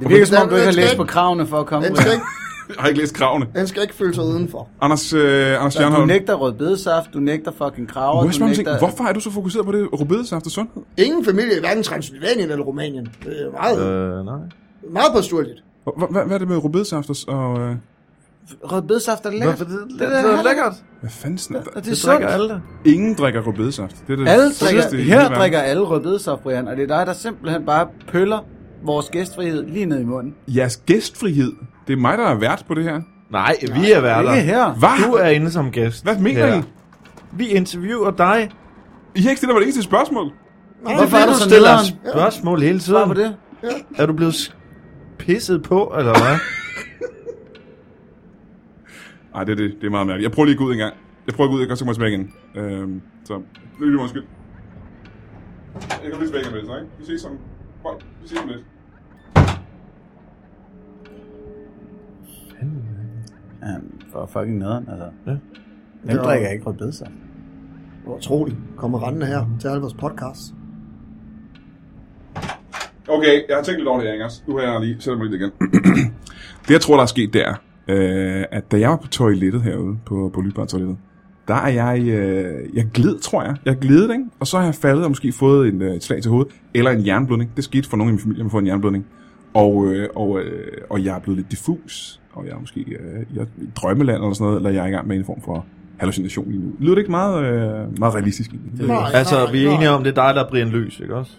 Det virker som om, du ikke har Den- den læst skal på kravene for at komme Den ud. skal ikke, Jeg har ikke læst kravene. den skal ikke føle sig udenfor. Anders, øh, Anders Du Stjernholm. Må nægter rødbedesaft, du nægter fucking kraver, jeg du spørge mig, en ting? nægter... hvorfor er du så fokuseret på det rødbedesaft og sundhed? Ingen familie i hverken Transylvanien eller Rumænien. Det er meget, Øh, nej. meget påståeligt. Hvor- hvor- Hvad, hvad er det med rødbedesaft og- og... øh, Rødbedesaft er lækkert. Hvorfor- det- det- er det er lækkert. Hvad fanden snakker Og det er Det drikker sundt. alle det. Ingen drikker rødbedesaft. Det er det Alle fedeste i drikker, hele her verden. drikker alle rødbedesaft, Brian, og det er dig, der simpelthen bare pøller vores gæstfrihed lige ned i munden. Jeres gæstfrihed. Det er mig, der er vært på det her. Nej, vi er værter. Ikke her. Hvad? Du er inde som gæst. Hvad mener her. I? Vi interviewer dig. I har ikke stillet mig det eneste spørgsmål. Hvorfor er du du så stiller nederen? spørgsmål hele Svar tiden. på det. Er du blevet s- pisset på, eller hvad? Nej, det, er det, det er meget mærkeligt. Jeg prøver lige at gå ud en gang. Jeg prøver at gå ud, jeg kan godt tænke mig tilbage igen. Øhm, så, lykke mig undskyld. Jeg kan lige tilbage igen med det, så, ikke? Vi ses om... Bye. Vi ses om lidt. Ja, for fucking nederen, altså. Ja. Hvem drikker ikke rødbedesaft? Hvor utroligt. Kommer rendende her til alle vores podcast. Okay, jeg har tænkt lidt over det her, Ingers. Nu har jeg lige sætter mig lidt igen. det, jeg tror, der er sket, det er, øh, at da jeg var på toilettet herude, på, på Lybar-toilettet, der er jeg, øh, jeg gled, tror jeg. Jeg gled, ikke? Og så har jeg faldet og måske fået en, øh, et slag til hovedet, eller en jernblødning. Det skete for nogen i min familie, at man får en jernblødning. Og, øh, og, øh, og jeg er blevet lidt diffus, og jeg er måske øh, jeg er i drømmeland eller sådan noget, eller jeg er i gang med en form for hallucination lige nu. Lyder det ikke meget, øh, meget realistisk? egentlig? Nej, altså, nej, vi er nej. enige om, det er dig, der er Brian Løs, ikke også?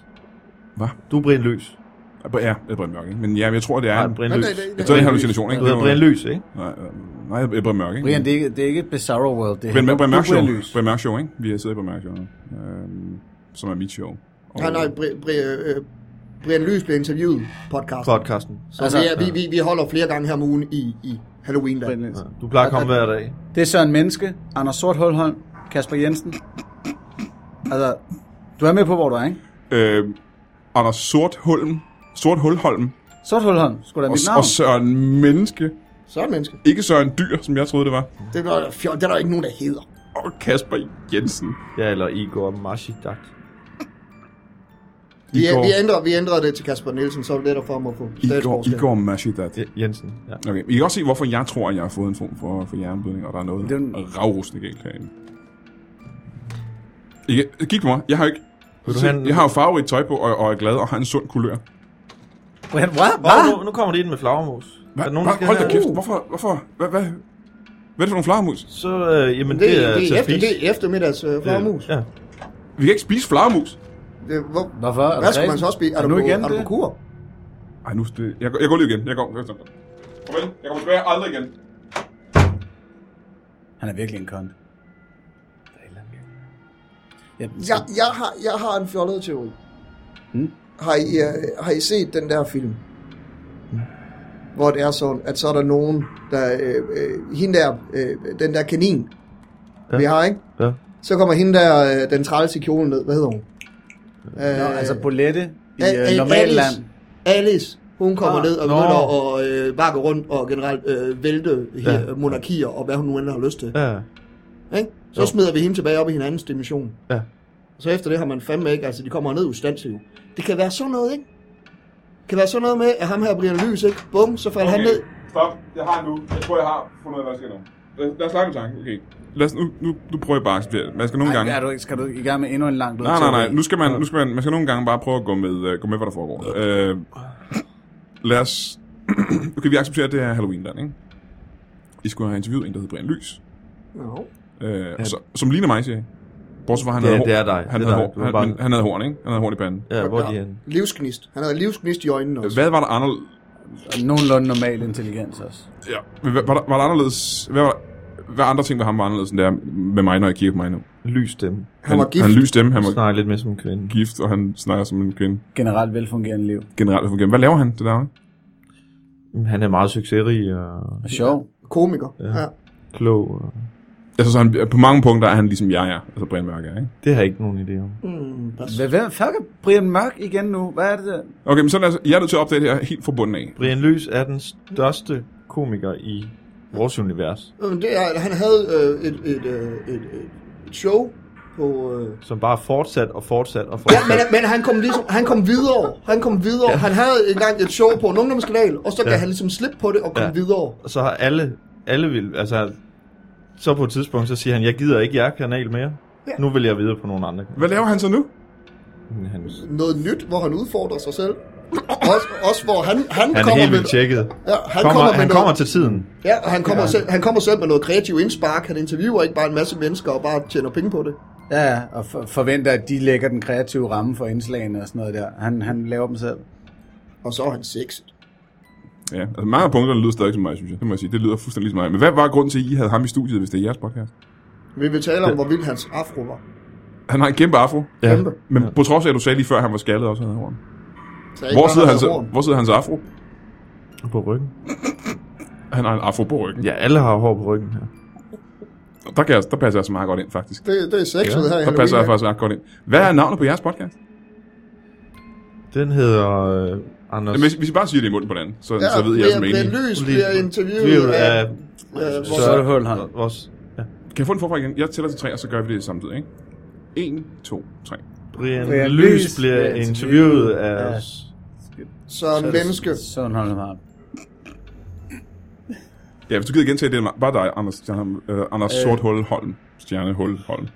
Hvad? Du er Brian Løs. Ja, det er Brian Mørk, ikke? Men ja, jeg tror, det er... Nej, en- Brian Men Løs. det- det- Jeg tror, det er en hallucination, ikke? Du hedder Det må- Brian Løs, ikke? Nej, øh, nej, jeg er Brian Mørk, ikke? Brian, det er, ikke- det er ikke et bizarro world, det er Brian, Brian, Brian Mørk Du er Show. lys. Brian Mørk Show, ikke? Vi har siddet i Brian Mørk Show, øhm, som er mit show. Og, Nej, nej, Bri, Bri, øh, Brian Lys blev interviewet podcast. Podcasten. Så altså, vi, vi, vi holder flere gange her om ugen i, i Halloween. Der. Brian Lys. Du plejer at komme hver dag. Det er Søren Menneske, Anders Sort Hulholm, Kasper Jensen. Altså, du er med på, hvor du er, ikke? Øh, Anders Sortholm, Sorthulholm Sort Hulholm, skulle da og, mit navn. og Søren Menneske. Så er det menneske. Ikke Søren Dyr, som jeg troede, det var. Det er, der, fjol, det er der ikke nogen, der hedder. Og Kasper Jensen. Ja, eller Igor Mashidak. Vi, Igor. vi, ændrer, vi ændrer det til Kasper Nielsen, så er det lettere for ham at få Igor, statsborgerskab. Igor Mashidat. Ja, Jensen, ja. Okay, I kan også se, hvorfor jeg tror, at jeg har fået en form for, for hjerneblødning, og der er noget Det er jo- ravrusende galt herinde. I kan- Kig på mig. Jeg har jo ikke... Vil du Se, have en- Jeg har jo farverigt tøj på, og, og er glad, og har en sund kulør. Brian, what? Hva? Hvad? Nu, nu kommer de ind med flagermus. Hva? Er der Nogen, nogen, der Hva? skal Hold da have- kæft, hvorfor? hvorfor hvad, hvad, hvad er det for nogle flagermus? Så, øh, jamen, Det, det, er- det, er til efter, fis. det er eftermiddags øh, flagermus. Ja. Vi kan ikke spise flagermus. Øh, hvor, Hvorfor? Er du hvad skal man grim? så også blive? Er Er du, nu på, igen er du det? på kur? Ej, nu, det, Jeg, går- jeg går lige igen. Jeg går. Jeg går. Farvel. Jeg kommer tilbage aldrig igen. Han er virkelig en kont. Ja, Jeg, jeg, har, jeg har en fjollet teori. Hmm? Har, I, øh, har I set den der film? Mm. Hvor det er sådan, at så er der nogen, der... Øh, øh, hende der, øh, den der kanin, ja. vi har, ikke? Ja. Så kommer hende der, øh, den træls i kjolen ned. Hvad hedder hun? Øh, Nå, altså Bolette i Al- øh, Al- normalt Alice. land. Alice, hun kommer Ah, ned og nå. begynder at øh, bakke rundt og generelt øh, vælte her, Ja. monarkier og hvad hun nu end har lyst til. Ja. Ja. Ikke? Så Jo. smider vi hende tilbage op i hinandens dimension. Ja. Så efter det har man fandme ikke, altså de kommer ned ustandsigt. Det kan være sådan noget, ikke? Det kan være sådan noget med, at ham her bliver lys, ikke? Bum, så falder okay. han ned. Stop. Jeg har nu. Jeg tror, jeg har fundet ud af, hvad der sker nu. Lad, lad os lege med tanken. Okay. Lad os, nu, nu, nu prøver jeg bare at acceptere det. Man skal nogle gange... Ej, er du, ikke- skal du ikke i gang med endnu en lang blod Nej, nej, nej. teori? Nu skal man, nu skal man, man skal nogle gange bare prøve at gå med, uh, gå med hvad der foregår. Uh, lad os... okay, vi accepterer, at det er halloween der, ikke? I skulle have interviewet en, der hedder Brian Lys. No. Øh, og så, som ligner mig, siger jeg. Bortset fra, han Det er- havde hår. det er dig. Han, Det er havde, dig. hår. Du er Han, bare- men han havde horn, ikke? Han havde horn i panden. ja, hvor er de henne? Livsgnist. Han havde livsgnist i øjnene også. Hvad var der anderledes? Nogenlunde normal intelligens også. Ja, men hvad, var, der, var der anderledes... Hvad, var der, hvad andre ting ved ham var anderledes, end det er med mig, når jeg kigger på mig nu? Lys dem. Han var gift. Han lys stemme, han var Snakker lidt mere som en kvinde. gift, og han snakker som en kvinde. Generelt velfungerende liv. Generelt fungerer. Hvad laver han det der? Han er meget succesrig og Og sjov. Komiker. Ja. Ja. ja. klog. Og... Altså, så han, på mange punkter er han ligesom jeg er. Altså, Brian Mørk er, ikke? Det har jeg ikke nogen idé om. Mm, pas. Hvad, hvad fuck er Brian Mørk igen nu? Hvad er det der? Okay, men så lad os, jeg er nødt til at opdage det her helt fra bunden af. Brian Løs er den største komiker i vores univers, Jamen, det er, han havde øh, et, et, øh, et, et, et show på... Øh, som bare fortsat og fortsat og Ja, fortsat. men, men han kom ligesom, han kom videre, han kom videre, ja. han havde engang et show på en ungdomskanal, og så gav Ja. ja. han ligesom slip på det og kom Ja. ja. videre. Og så har alle, alle vil, altså, så på et tidspunkt, så siger han, jeg gider ikke jer kanal mere. Ja. Ja. Nu vil jeg videre på nogle andre Hvad laver han så nu? kanaler. Han, Noget nyt, hvor han udfordrer sig selv. Også, også hvor han, han, han er kommer helt med, vildt tjekket. ja, han Kommer, kommer, med han noget, kommer til tiden. ja, og han kommer, selv, han kommer selv med noget kreativ indspark, han interviewer ikke bare en masse mennesker og bare tjener penge på det. Ja, ja, og for, forventer, at de lægger den kreative ramme for indslagene og sådan noget der. Han, han laver dem selv. Og så er han sexet. Ja, altså mange af punkterne lyder stadig som mig, synes jeg. Det må jeg sige. Det lyder fuldstændig ligesom mig. Men hvad var grunden til, at I havde ham i studiet, hvis det er jeres podcast? Vi vil tale om, hvor vild hans afro var. Han har en kæmpe afro. Ja. Kæmpe. Men ja. på trods af, at du sagde lige før, at han var skaldet også, han havde horn. Så ikke Hvor bare, sidder, han hans, havde horn. hvor sidder hans afro? På ryggen. Han har en afro på ryggen. Ja. Ja, alle har hår på ryggen her. Der, kan jeg, der passer jeg så meget godt ind, faktisk. Det, det er sexet Ja, her i Der passer jeg Halloween. faktisk ret godt ind. Hvad er navnet på jeres podcast? Den hedder øh, Anders... Jamen, hvis, hvis I bare siger det i munden på den anden, så, ja, så ved jeg, bliver, som er bliver enig. lys, Lige- bliver interviewet Livet af, af, øh, vores- så, Søren Hulholm. vores ja. Kan jeg få den forfra igen? Jeg tæller til tre, og så gør vi det samtidig, ikke? 1, 2, 3. Brian, Brian Lys Lys bliver bliver interviewet interviewet af... af- os. Søren Menneske. Sådan holder man. Ja, hvis du gider gentage det, er bare dig, Anders, Stjerne, øh, Anders øh. Sorthul Holm. Stjernehul Holm.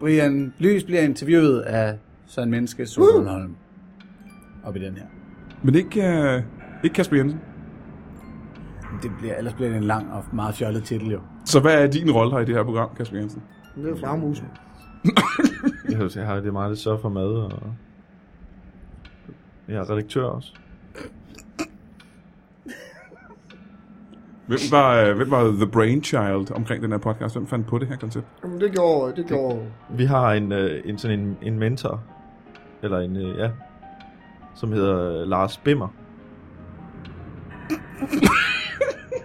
Brian Lys bliver interviewet af Søren Menneske Solholm. Op i den her. Men ikke, øh, ikke Kasper Jensen. Det bliver, ellers bliver det en lang og meget fjollet titel jo. Så hvad er din rolle her i det her program, Kasper Jensen? Det er flamhusen. Jeg har- Jeg har det er meget, der sørger for mad, og jeg er redaktør også. Hvem var, øh, hvem var the brainchild omkring den her podcast? Hvem fandt på det her koncept? Jamen, det gjorde, det gjorde Vi har en, øh, en sådan en, en mentor, eller en, øh, ja, som hedder øh, Lars Bimmer.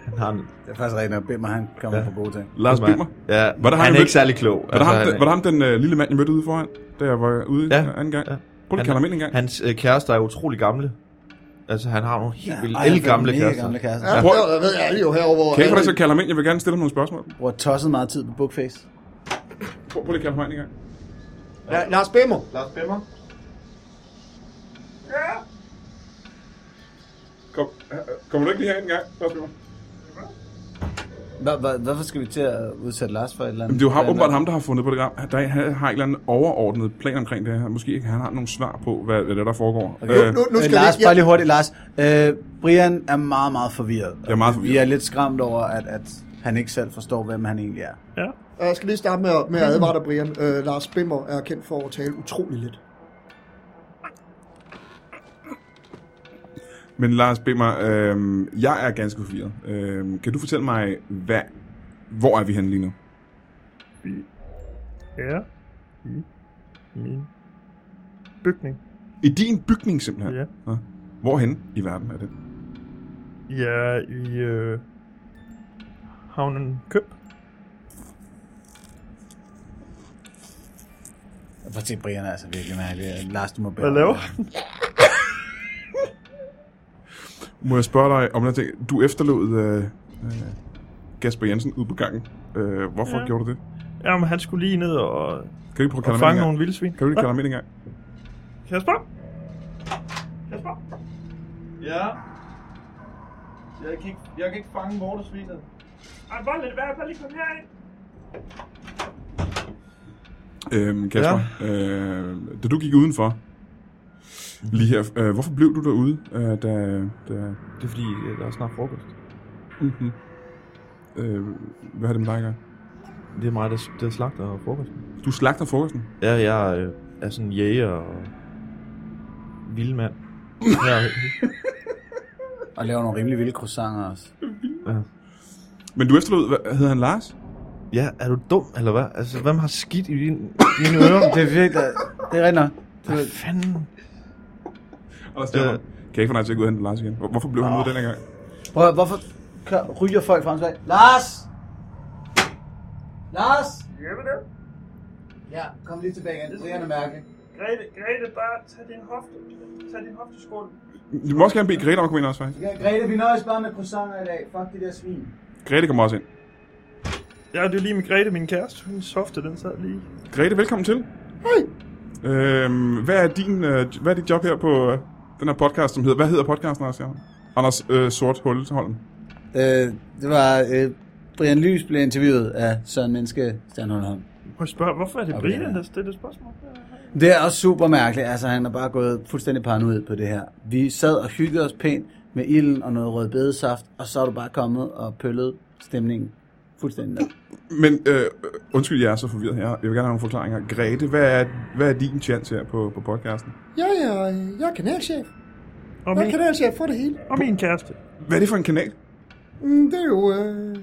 han har en, Det er faktisk rent op, Bimmer, han kommer ja. på gode ting. Lars som er- Bimmer? Ja, Var det ham, han jeg er mødte- ikke særlig klog. Altså, Var det ham, han, den, var det ham, den øh, lille mand, jeg mødte ude foran, da jeg var ude Ja, ja, anden gang? ja. Ja. Prøv lige at kalde ham ind en gang. Han, Hans øh, kærester er utrolig gamle. Altså, han har nogle helt vildt ja, gamle kærester. Gamle Gamle. kærester. Ja, Ja. Prøv- Prøv. Jeg ved, jeg er jo herovre, hvor... kan jeg ikke få dig til at kalde ham ind? Jeg vil gerne stille ham nogle spørgsmål. Bruger tosset meget tid på Bookface. Prøv, prøv lige at kalde ham ind en gang. La- Lars Bimmer. Lars Bimmer? Kom, øh, kommer du ikke lige herind en gang? Lars Bimmer? Hva, hva, hvorfor skal vi til at udsætte Lars for et eller andet? Jamen, det er jo ham, åbenbart ham, der har fundet på det program. Der er- har en eller anden overordnet plan omkring det her. Måske ikke, han har nogle svar på, hvad, hvad det er, der foregår. Okay. Øh, Nu, nu Øh, skal Lars, vi... bare lige hurtigt, Lars. Øh, Brian er meget, meget forvirret. Jeg er meget Vi forvirret. er lidt skræmt over, at, at han ikke selv forstår, hvem han egentlig er. Jeg, jeg skal lige starte med at, med at advare dig, Brian. Øh, Lars Bimmer er kendt for at tale utrolig lidt. Men Lars Bimmer, øh, jeg er ganske forvirret. Øh, kan du fortælle mig, hvad, hvor er vi henne lige nu? er Mm. i Mm. min bygning. I din bygning simpelthen? Ja. Nå. Hvorhen i verden er det? Jeg er i øh, havnen Køb. Prøv at se, Brian er altså virkelig mærkelig. Lars, du må bære. Hvad laver ham. han? Må jeg spørge dig om noget? ting? Du efterlod øh, øh, Gasper Jensen ud på gangen. Øh, hvorfor ja. Ja. gjorde du det? Jamen, han skulle lige ned og, Kan du ikke prøve at og kalde ham ind fange engang? nogle vildsvin. Kan du ikke kalde ham ind engang? Hva? Kasper? Kasper? Ja. Jeg kan ikke, jeg kan ikke fange vortesvinet. Ej, bare lidt værd, bare lige kom herind. Øhm, Kasper, ja. øh, da du gik udenfor, lige her, øh, hvorfor blev du derude, øh, da, da Det er fordi, øh, der er snart frokost. mm-hmm. øh, hvad har det med dig at gøre? Det er mig, der, der slagter frokosten. Du slagter frokosten. Ja, jeg øh, er sådan en jæger og vildmand. Ja, Og laver nogle rimelig vilde croissanter også. Men du efterlod, hvad hedder han Lars? ja, er du dum, eller hvad? Altså, hvem har skidt i din, dine ører? Det er virkelig, det er rigtigt nok. Hvad fanden? Anders øh. Kan jeg ikke få dig til at gå ud og hente Lars igen? Hvor- Hvorfor blev Ah. han ude den her gang? Prøv at, hvorfor kører, ryger folk frem og tilbage? Lars! Lars! Hjælpe det. Ja, kom lige tilbage igen. Brian er mærkelig. Grete, Grete, bare tag din hofte. Tag din hofteskål. Du må også gerne bede Grete om at komme ind også, faktisk. Ja, Grete, vi nøjes bare med croissanter i dag. Fuck det der svin. Grete kommer også ind. Ja, det er lige med Grete, min kæreste. Hendes hofte, den sad lige. Grete, velkommen til. Hej. Øhm, hvad, er din, øh, hvad er dit job her på øh, den her podcast, som hedder... Hvad hedder podcasten, Anders? Jørgensen? Anders øh, Sort Hulleholm. Øh, det var, øh, Brian Lys blev interviewet af Søren Menneske Stjernholm. Må jeg spørge, hvorfor er det Okay. Brian, der stiller spørgsmål? Det er også super mærkeligt. Altså, han er bare gået fuldstændig paranoid på det her. Vi sad og hyggede os pænt med ilden og noget rødbedesaft, og så er du bare kommet og pøllet stemningen fuldstændig ned. Men øh, undskyld, jeg er så forvirret her. Jeg vil gerne have nogle forklaringer. Grete, hvad er, hvad er din chance her på, på podcasten? Ja, ja, jeg er kanalchef. Og Jeg er min, kanalchef for det hele. og min kæreste. Hvad er det for en kanal? Mm, det er jo... Øh...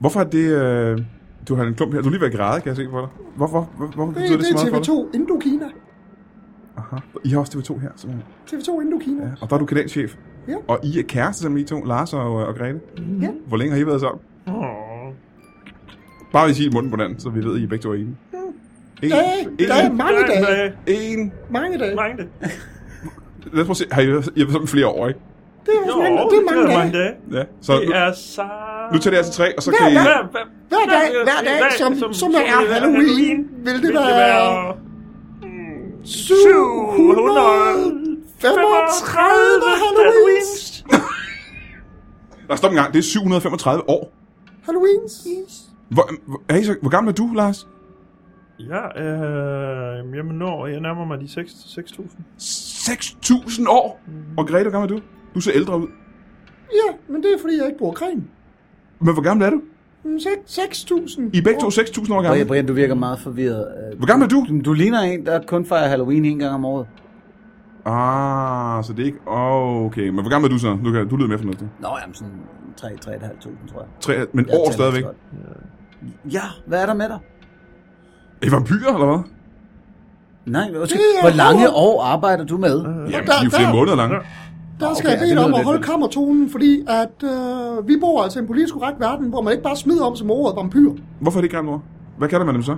Hvorfor er det... Øh, du har en klump her. Du er lige ved at græde, kan jeg se for dig. Hvorfor, hvor, hvorfor Det, betyder det, det så er meget for TV2 dig? Indokina. Aha. I har også TV2 her, simpelthen. TV2 Indokina. Ja. Og der er du kanalchef. Ja. Og I er kærester sammen, I to, Lars og, øh, og Grete. Ja. Hvor længe har I været sammen? Åh. Bare hvis I er i munden på den, så vi ved, at I begge to er enige. En, Dage, dage, mange Mange dage. dage. en, en. Mange dage. Mange dage. Lad os prøve at se. Har I været I har været sammen i flere år, ikke? Det er, jo, Jo, mange, det er mange dage. dage. Ja. Så nu, Det er så... nu tager det altså tre, og så Hver kan I... dag. Hver, hver, Hver dag, hver dag, som, som, der er Halloween, vil det være 735 Halloweens. Lad os stoppe en gang. Det er 735 år. Halloweens. Hvor, hvor- er I så, hvor gammel er du, Lars? Ja, øh, jamen når jeg nærmer mig de 6 6.000. 6.000 år! Og Grete, hvor gammel er du? Du ser ældre ud. Ja, men det er fordi, jeg ikke bruger creme. Men hvor gammel er du? Mm, sek- 6.000. I er begge to 6.000 år Brian, gamle. Brian, du virker meget forvirret. Øh, Hvor gammel er du? Du, du ligner en, der kun fejrer Halloween en gang om året. Ah, så det er ikke... Oh, okay, men hvor gammel er du så? Du, kan, du lyder mere fornuftig. Nå, jamen sådan 3-3.500, tror jeg. Tre, men Jeg år taler stadigvæk. også godt. Ja, hvad er der med dig? Er I vampyrer, eller hvad? Nej, undskyld. Det er Hvor lange over. år arbejder du med? Jamen, Øh, der- de er jo flere der- måneder lange. Der skal Okay, jeg det bede lyder om at lidt holde vildt. kammertonen, fordi at øh, vi bor altså i en politisk korrekt verden, hvor man ikke bare smider om som ordet vampyr. Hvorfor er det ikke gammel ord? Hvad kalder man dem så?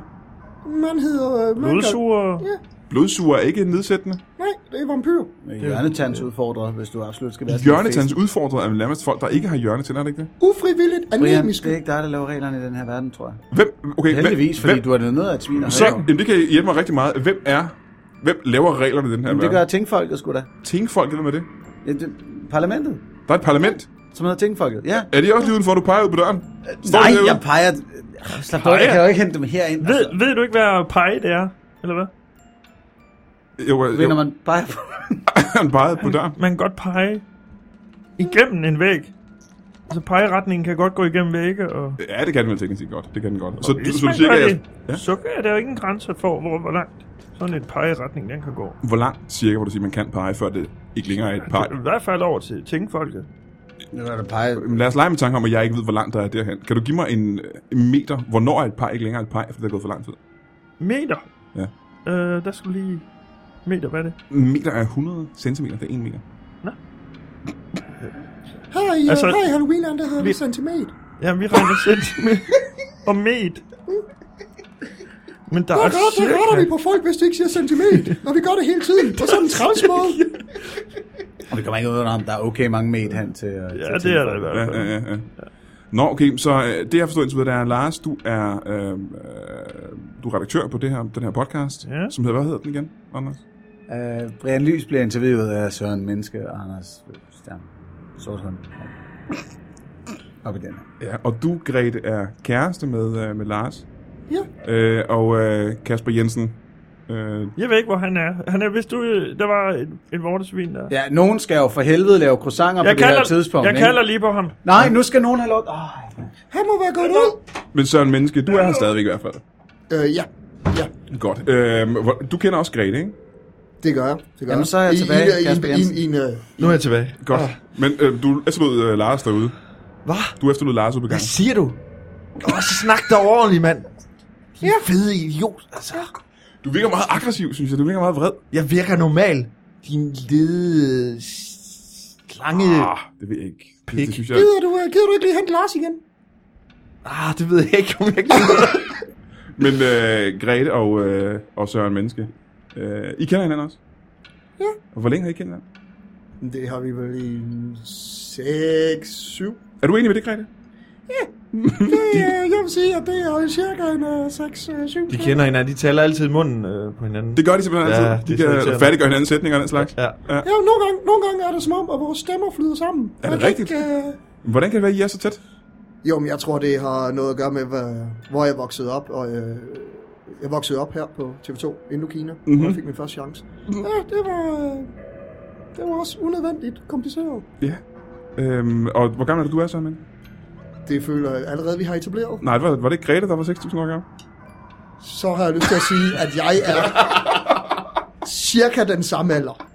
Man hedder... Øh, man Blodsuger. Ja, Blodsuger er ikke nedsættende. nej, det er vampyr. Hjørnetands udfordrer, hvis du absolut skal være sådan en Hjørnetands udfordret er vel nærmest folk, der ikke har hjørnetænder, er det ikke det? Ufrivilligt fest. Brian, anemisk. det er ikke dig, der laver reglerne i den her verden, tror jeg. Hvem? Okay, hvem- Heldigvis, fordi hvem, du er nødt af et svin. at Så, høre om. jamen, det kan hjælpe mig rigtig meget. Hvem er... Hvem laver reglerne i den her Jamen, det verden? gør Tingfolket sgu da. Tingfolket, hvem er det? Ja, det, parlamentet, Der er et parlament. som hedder Tingfolket. Ja. Er de også lige udenfor, du peger ud på døren? Står de Øh, Nej, derude? jeg peger... Øh, Slap dig, jeg kan jo ikke hente dem herind. Ved, Altså, ved du ikke, hvad pege det er? Eller hvad? Jo, jo, Vinder man peger på... han pegede på døren. Man kan godt pege igennem en væg. Altså pegeretningen kan godt gå igennem vægge, og Ja, det kan den vel teknisk set godt. Det kan den godt. Så, hvis så man du siger, gør at jeg... det, så er der jo ingen grænser for, hvor, hvor langt Sådan et pegeretning, den kan gå. Hvor langt cirka, hvor du siger, man kan pege, før det ikke længere er et Altså, pege? I hvert fald over til tænkfolket. Nu er der pege. Jamen, lad os lege med tanken om, at jeg ikke ved, hvor langt der er derhen. Kan du give mig en, øh, en meter? Hvornår er et pege ikke længere et pege, fordi det er gået for lang tid? Meter. Ja. Øh, der skulle lige... Meter, hvad er det? En meter er 100 cm, det er 1 meter. Hej, altså, Altså- hej Halloween, der hedder vi... Vi- centimeter. Ja, vi regner centimeter og met. Men der er Hvor godt, så retter vi cirka... på folk, hvis de ikke siger centimeter. Og vi gør det hele tiden, på sådan en træls måde. Og vi kommer ikke ud under ham. Der er okay mange med hen til... øh, Ja, til det er der i Ja, hvert fald. ja, ja, ja. Nå, okay, så øh, det jeg forstår indtil videre, det er, Lars, du er, øh, øh, du er redaktør på det her, den her podcast, Ja. som hedder, hvad hedder den igen, Anders? Øh, Brian Lys bliver interviewet af Søren Menneske og Anders Stern. Sortholm. Op i den. Ja, og du, Grete, er kæreste med, øh, med Lars. Ja. Øh, og øh, Kasper Jensen. Øh, Jeg ved ikke, hvor han er. Han er vist ude... Der var en, en vortesvin der. Ja, nogen skal jo for helvede lave croissanter på Jeg det her kalder, tidspunkt. jeg ikke? kalder lige på ham. Nej, nu skal nogen have lov... Oh, Han må være gået ud. men Søren Menneske, du er her stadigvæk i hvert fald. Øh, ja. Ja, Godt. Øh, hvor- du kender også Grete, ikke? det gør jeg. Det gør Jamen, så er jeg I- tilbage, I, Kasper I, Jensen. I, I, I, øh, Nu er jeg tilbage. Godt. Ah. Men øh, du efterlod øh, Lars derude. Hvad? Du efterlod Lars ude på Hvad gangen. siger du? Åh, så snak dig ordentligt, mand. Din ja. fede idiot, altså. Du virker meget aggressiv, synes jeg. Du virker meget vred. Jeg virker normal. Din lede... Slange... Ah, det ved jeg ikke. Det, Pik. det synes jeg... gider, du, øh, gider du ikke lige hente Lars igen? Ah, det ved jeg ikke, om jeg kan Men øh, Grete og, øh, og Søren Menneske, øh, I kender hinanden også? Ja. Og hvor længe har I kendt hinanden? Det har vi vel i 6-7 Er du enig med det, Grete? Det, øh, jeg vil sige, at det er cirka en øh, 6-7. De kender hinanden, de taler altid i munden øh, på hinanden. Det gør de simpelthen Ja, altid. det De er så kan irriterende. færdiggøre hinandens sætninger og den slags. Ja. Ja, nogle gange, nogle gange er det som om, at vores stemmer flyder sammen. det Man kan rigtigt? Ikke, øh, Hvordan kan det være, at I er så tæt? jo, men jeg tror, det har noget at gøre med, hvad, hvor jeg voksede op. Og, øh, jeg voksede op her på TV2 Indokina, mm-hmm. hvor jeg fik min første chance. Ja, det var, øh, det var også unødvendigt kompliceret. Ja. Øhm, og hvor gammel er det, du er, Søren Menneske? Det føler jeg allerede, vi har etableret. Nej, var, var det ikke Grete, der var 6.000 år gammel? Så har jeg lyst til at sige, at jeg er cirka den samme alder.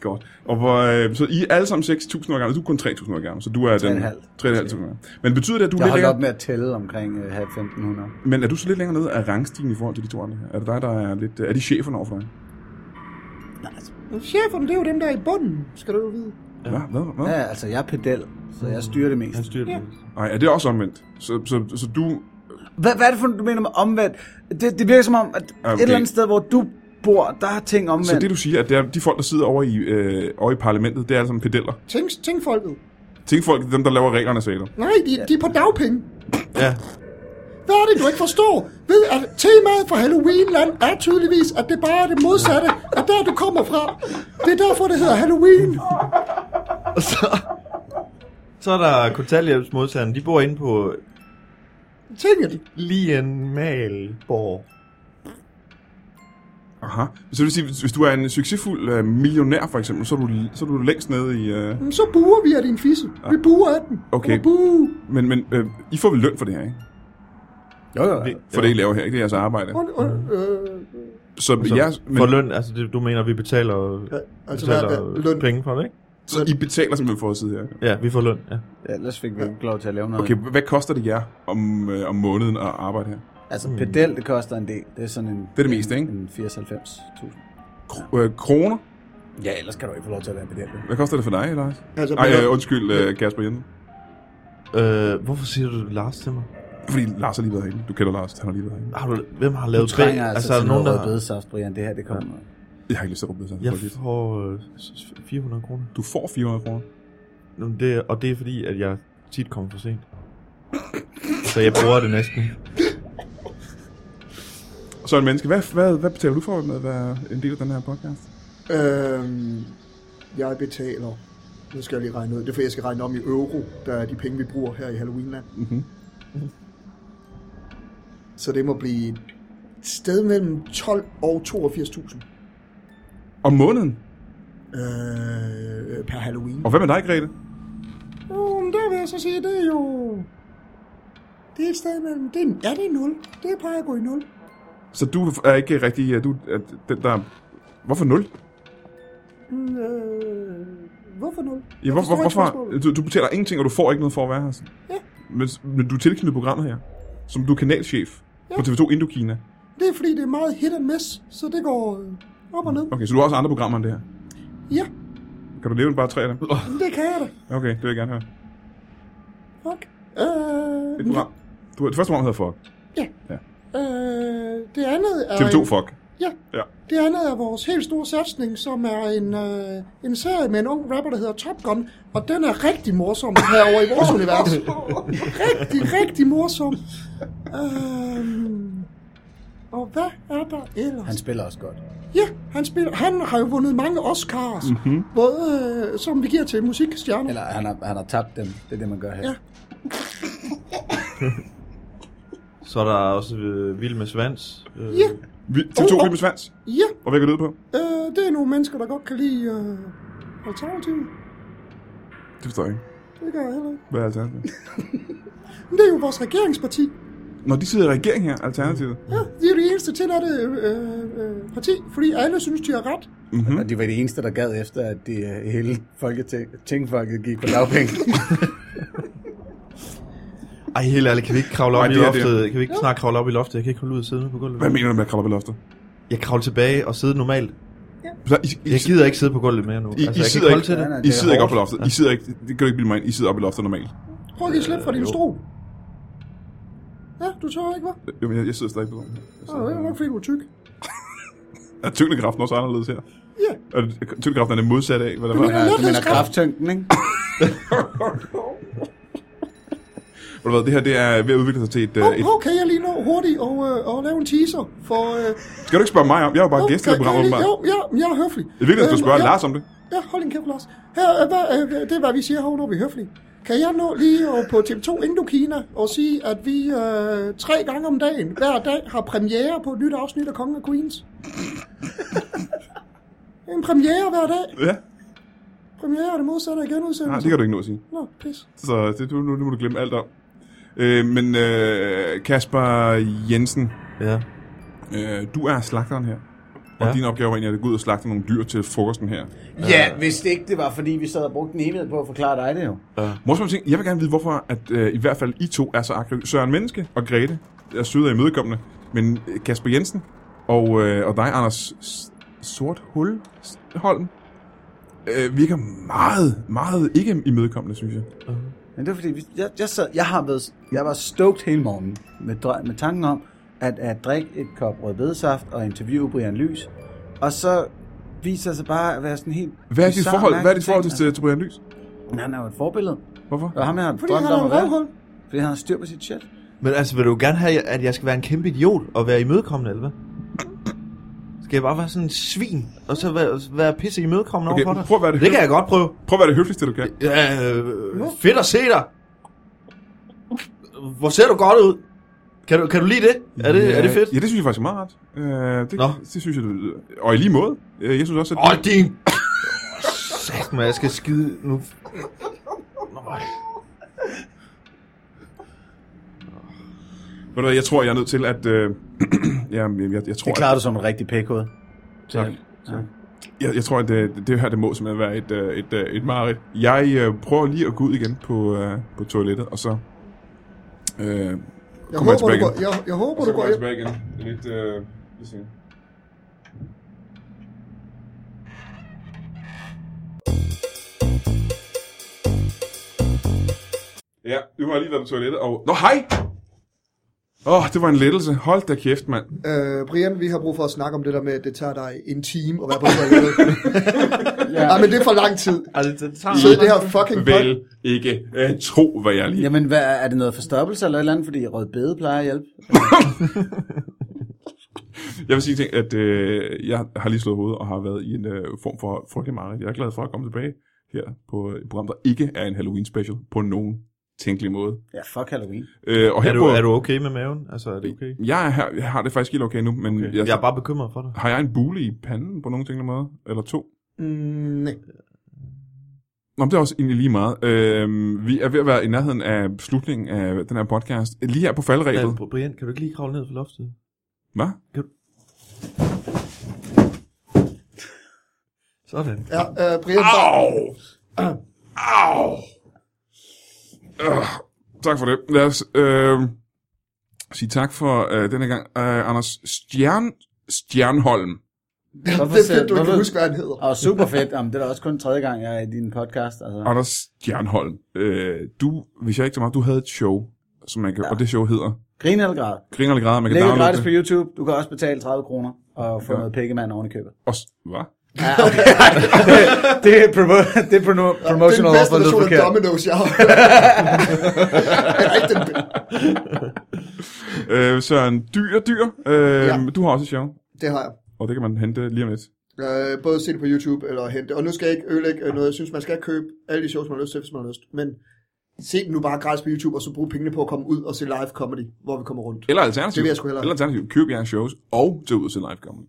Godt. Og hvor, øh, så I er alle sammen 6.000 år gamle. Du er kun 3.000 år gammel, så du er den... 3,5. 3.500 år gammel. Men betyder det, at du er jeg lidt holdt længere... op med at tælle omkring øh, 1500. Men er du så lidt længere nede af rangstigen i forhold til de to andre her? Er det dig, der er lidt... Er de cheferne over for dig? Men Cheferne, det er jo dem, der er i bunden, skal du jo vide. Ja. Hvad? Hvad? Hvad? Ja, altså, jeg er pedel, så jeg styrer det mest. Han styrer det. Nej, er det også omvendt? Så, så, så du... Hvad, hvad er det for, du mener med omvendt? Det, det virker som om, at okay. Okay. et eller andet sted, hvor du bor, der er ting omvendt. Så det, du siger, at det er, de folk, der sidder over i, øh, over i parlamentet, det er alle sammen pedeller. Tænk, tænk folket. Tænk folk, det er dem, der laver reglerne, sagde du. Nej, de, de er på dagpenge. Ja. Hvad er det, du ikke forstår? Ved, at temaet for Halloweenland er tydeligvis, at det bare er det modsatte af der, du kommer fra. Det er derfor, det hedder Halloween. Og så... Så er der kontanthjælpsmodtagerne, de bor inde på Tinget. Lienmalborg. Aha. Så det vil sige, hvis- hvis du er en succesfuld øh, millionær, for eksempel, så er du, så er du længst nede i... Øh... Så buer vi af din fisse. Vi buer af den. Okay. Og buh. Men, men øh, I får vel løn for det her, ikke? Jo, jo. Det, For det, I laver her, ikke? Det er jeres arbejde. Und, und, øh, Så, Så jeres, men... For løn, altså det, du mener, vi betaler, altså, hvad, betaler hvad, løn. penge for det, ikke? så I betaler simpelthen for at sidde her. Ja, vi får løn, ja. ja, ellers fik vi ikke lov til at lave noget. Okay, hvad koster det jer om, øh, om måneden at arbejde her? Altså, pedel, det koster en del. Det er sådan en... Det er det meste, ikke? En 80-90.000. Kro- øh, kroner? Ja, ellers kan du ikke få lov til at være pedel. jo. Hvad koster det for dig, Lars? Altså, Nej, men- øh, undskyld, øh, Kasper Jensen. Øh, hvorfor siger du Lars til mig? Fordi Lars har lige været herinde. Du kender Lars, han har lige været herinde. Har du, hvem har lavet tre? Trænger altså, altså er til der nogen, der... rødbedesaft, Brian. Det her, det kommer. Ja. Jeg har ikke lyst til at råbe sig. Jeg får øh, s- 400 kroner. Du får 400 kroner. Nå, men Det, og det er fordi, at jeg tit kommer for sent. Så jeg bruger det næsten. Så en menneske, hvad, hvad, hvad betaler du for med at være en del af den her podcast? Øhm, jeg betaler... Nu skal jeg lige regne ud. Det er fordi, jeg skal regne om i euro, der er de penge, vi bruger her i Halloweenland. Mhm. Så det må blive et sted mellem 12 og 82.000 Om måneden? øh, per Halloween. Og hvad med dig, Grete? Jo, men der vil jeg så sige, det er jo... Det er et sted mellem... Det er, ja, det er 0. Det plejer at gå i 0. Så du er ikke rigtig... øh, Du er den, der... Hvorfor 0? Mm, øh, hvorfor nul? Ja, hvor, hvor, forstår ikke hvorfor? spørgsmålet. Du, du betaler ingenting, og du får ikke noget for at være her. altså. Ja. Men, men du er tilknyttet programmet her. Som du er kanalchef ja. på TV2 Indokina. Det er fordi, det er meget hit and miss, så det går øh, op og ned. Okay, så du har også andre programmer end det her. Ja, Kan du nævne bare tre af dem? men det kan jeg da. Okay, det vil jeg gerne høre. Fuck. Øh, Et program. Du, det første program hedder Fuck. øh, det andet er... TV2 Fuck. Ja. Ja. Det andet er vores helt store satsning, som er en, øh, en serie med en ung rapper, der hedder Top Gun, og den er rigtig morsom herovre i vores univers. Rigtig, rigtig morsom. Øhm, og hvad er der ellers? Han spiller også godt. Ja, han, spiller, han har jo vundet mange Oscars, Mhm. mm-hmm. både øh, som vi giver til musikstjerner. Eller han har, han har tabt dem. Det er det, man gør her. Ja. Ja. Så er der også øh, Vild med Svans. Øh, Ja. Vi- TV2 Oh, oh, oh. oh. med Svans. Ja, Og hvad går det ud på? øh, det er nogle mennesker, der godt kan lide øh, alternativet. Det forstår jeg ikke. Det gør jeg heller ikke. Hvad er alternativet? Men det er jo vores regeringsparti. Når de sidder i regering her, Alternativet. Ja, de er det eneste tilladte øh, øh, parti, fordi alle synes, de har ret. Og de var de eneste, der gad efter, at det øh, hele folketinget gik på lavpenge. Ej, helt ærligt, kan vi ikke kravle op Nej, i det er loftet? Kan vi ikke snart kravle op i loftet? Jeg kan ikke holde ud og sidde på gulvet. Hvad mener du med at kravle op i loftet? Jeg kravler tilbage og sidder normalt. Så I, I, Jeg gider ikke sidde på gulvet mere nu. Altså, I, I, jeg sidder holde ikke, til det. Nej, nej, I det er sidder ikke op hårdt. på loftet. I sidder ikke, det kan du ikke bilde mig ind. I sidder op i loftet normalt. Prøv at give slip fra din stol. Ja, du tør ikke, hva'? Jo, men jeg, jeg sidder stadig på loftet. Nå, det er nok fordi, du er tyk. Er tyngdekraften også anderledes her? Ja. Er det- tyngdekraften er det modsatte af, hvad der var? Men- Men, øh, du mener Lettighedsgrad. krafttyngden, ikke? Ved du hvad, det her det er ved at udvikle sig til et... øh, Hov, et hov, kan jeg lige nå hurtigt og, øh, og lave en teaser for... Øh, skal du ikke spørge mig om? Jeg er jo bare hov, gæst i kan- det program, kan jeg lige- åbenbart. Jo, ja, men jeg er høflig. Det er vigtigt, at du Øhm, spørger ja, Lars om det. Ja, hold din kæft, Lars. Her, øh, hvad, øh, det er, hvad vi siger herovre, når vi er høflige. Kan jeg nå lige over på TV2 Indokina og sige, at vi øh, tre gange om dagen, hver dag, har premiere på et nyt afsnit af Kongen og Queens? en premiere hver dag. Ja, Premiere er det modsatte af genudsendelse. nej, det kan du ikke nå at sige. Nå, pis. Så det, nu, nu må du glemme alt om. Øh, men øh, Kasper Jensen, Ja. øh, du er slagteren her. Og Ja. din opgave er egentlig at gå ud og slagte nogle dyr til frokosten her. Ja, hvis det ikke det var, fordi vi sad og brugte en evighed på at forklare dig det jo. Morsomt ting, jeg vil gerne vide, hvorfor at, øh, i hvert fald I to er så aggressive. Søren Menneske og Grete er søde og imødekommende, men øh, Kasper Jensen og, øh, og dig, Anders S- Sort Hul S- Holm, øh, virker meget, meget ikke imødekommende, synes jeg. Men det var fordi, vi- jeg, jeg, sad, jeg, har været, jeg var stoked hele morgenen med, dre- med tanken om, at, at drikke et kop rødbedesaft og interviewe Brian Lys. Og så viser det sig bare at være sådan helt... Hvad er dit bizarre, forhold, hvad er dit mærkelige forhold ting. til, til Brian Lys? Altså, Han er jo et forbillede. Hvorfor? Og ham jeg har Fordi han drømt har om en at være. røvhul. Fordi han har styr på sit shit. Men altså, vil du gerne have, at jeg skal være en kæmpe idiot og være imødekommende, eller hvad? Skal jeg bare være sådan en svin, og så være, være pisse imødekommende Okay, okay, overfor dig? prøv at være det det kan jeg godt prøve. Prøv at være det høfligste, du kan. Ja, øh, fedt at se dig. Hvor ser du godt ud. Kan du, kan du lide det? Er det, er det fedt? Ja, det synes jeg faktisk er meget rart. Øh, det, Nå. det synes jeg, det lyder. Og i lige måde. Øh, Jeg synes også, at... Åh, din... Sæt mig, jeg skal skide nu. Ved du hvad, jeg tror, jeg er nødt til at... Øh, jamen, jeg, jeg, jeg, tror, Det klarer du som en rigtig pækhoved. Tak. Jeg, jeg tror, at det, det her det må simpelthen være et, øh, et, øh, et mareridt. Jeg øh, prøver lige at gå ud igen på, øh, på toilettet, og så øh, kommer Jeg jeg håber, altså tilbage altså du går, igen. jeg, jeg håber, Så du går, kommer jeg tilbage igen. Det er lidt... Øh, lige senere. Ja, nu har jeg lige været på toilettet, og... Nå, hej! Åh, oh, det var en lettelse. Hold da kæft, mand. Øh, Brian, vi har brug for at snakke om det der med, at det tager dig en time at være på toilettet. ja. Ej, men det er for lang tid. Altså, det tager Så i det her fucking pod- Vel ikke øh, tro, hvad jeg lige Jamen, hvad, er er det noget forstoppelse eller et eller andet? Fordi rødbede plejer at hjælpe. Jeg vil sige en ting, at øh, jeg har lige slået hovedet og har været i en øh, form for frygtelig mareridt. Jeg er glad for at komme tilbage her på øh, et program, der ikke er en Halloween special på nogen tænkelig måde. Ja, fuck Halloween. Øh, og her Er du, på, er du okay med maven? Altså, er det okay? Jeg, er her, jeg har det faktisk helt okay nu, men okay. Jeg, Jeg er bare bekymret for dig. har jeg en bule i panden på nogen tænkelig måde? Eller to? Mm, nej. Nå, men det er også egentlig lige meget. Øh, vi er ved at være i nærheden af slutningen af den her podcast. Lige her på faldrebet. Ja, Brian, kan du ikke lige kravle ned fra loftet? Hvad? Sådan. Ja, øh, Brian, bare, Au! Au! Øh, tak for det. Lad os øh, sige tak for øh, denne gang. Øh, Anders Stjern, Stjernholm. det er fedt, du ikke kan huske, hvad han hedder. Og super fedt. Jamen, det er da også kun tredje gang, jeg er i din podcast. Altså. Anders Stjernholm. Øh, du, hvis jeg ikke så meget, du havde et show, som man kan, ja. og det show hedder Grin eller grad. Griner eller græder, man kan Lægger downloade gratis på det. YouTube. Du kan også betale 30 kroner og få Ja. noget pikkemand oven i købet. Og, s- hvad? Ja, okay. det, er promo- det er promo- promotional den bedste offer, lød version af forkert. Domino's, jeg har hørt. Eller ikke den be- Øh, Søren Dyr, Dyr, øh, ja. Ja. du har også et show, Det har jeg. og det kan man hente lige om lidt. Øh, både se det på YouTube eller hente. Og nu skal jeg ikke ødelægge øh, noget. Jeg synes, man skal købe alle de shows, man har lyst til, hvis man har lyst. Men se dem nu bare gratis på YouTube, og så bruge pengene på at komme ud og se live comedy, hvor vi kommer rundt. Eller alternativt. Det vil jeg sgu hellere. Eller alternativt. Køb jeres shows og tag ud og se live comedy.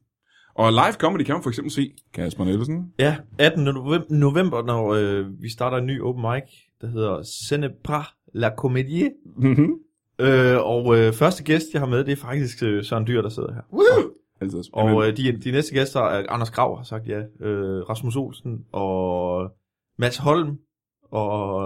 Og live comedy kan man for eksempel se Kasper Nielsen. Ja, 18. novem- november, når øh, vi starter en ny open mic, der hedder Senebra la Comédie. Mm-hmm. Øh, og øh, første gæst, jeg har med, det er faktisk øh, Søren Dyr, der sidder her. Woo! Altid. Og øh, de, de næste gæster er Anders Grav, har sagt ja, øh, Rasmus Olsen og Mads Holm og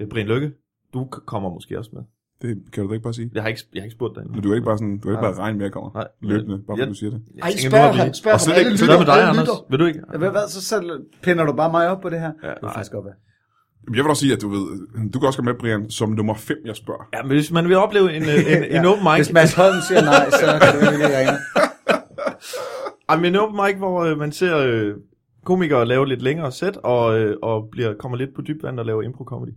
øh, Brian Lykke. Du k- kommer måske også med. det kan du da ikke bare sige. Jeg har ikke, jeg har ikke spurgt dig endnu. Men du er ikke bare sådan, du er ikke Nej. bare regne med at komme Nej. løbende, bare fordi Jeg- du siger det. Jeg Ej, tænker, nu spørg har vi- ham, spørg Og ham. slet Alle ikke- Hvad lytter, med dig, alle Anders? lytter. Vil du ikke? Hvad, hvad, så selv pinder du bare mig op på det her? Ja, det er nej. faktisk godt være. Jamen, Jeg vil også sige, at du ved, du kan også komme med, Brian, som nummer 5, jeg spørger. Ja, men hvis man vil opleve en, øh, en, en open mic, Hvis Mads Holm siger nej, så kan du ikke ringe. Ej, men en open mic, hvor øh, man ser øh, komikere lave lidt længere sæt, og, øh, og bliver, kommer lidt på dybvand og laver impro-comedy.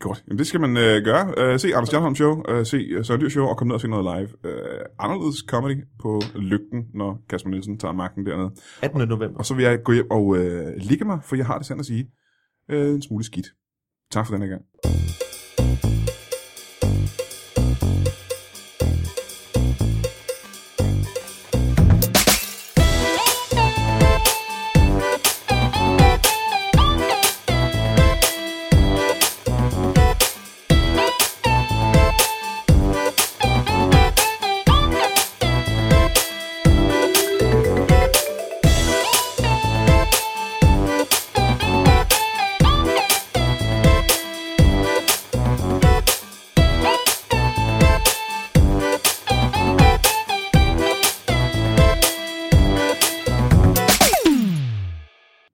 Godt. Jamen, det skal man øh, gøre. Øh, se Anders Stjernholm Show, øh, se øh, Søren Dyr Show, og kom ned og se noget live. Øh, anderledes comedy på lygten, når Kasper Nielsen tager magten dernede. 18. november. Og så vil jeg gå hjem og øh, ligge mig, for jeg har det sandt at sige. Øh, en smule skidt. Tak for den her gang.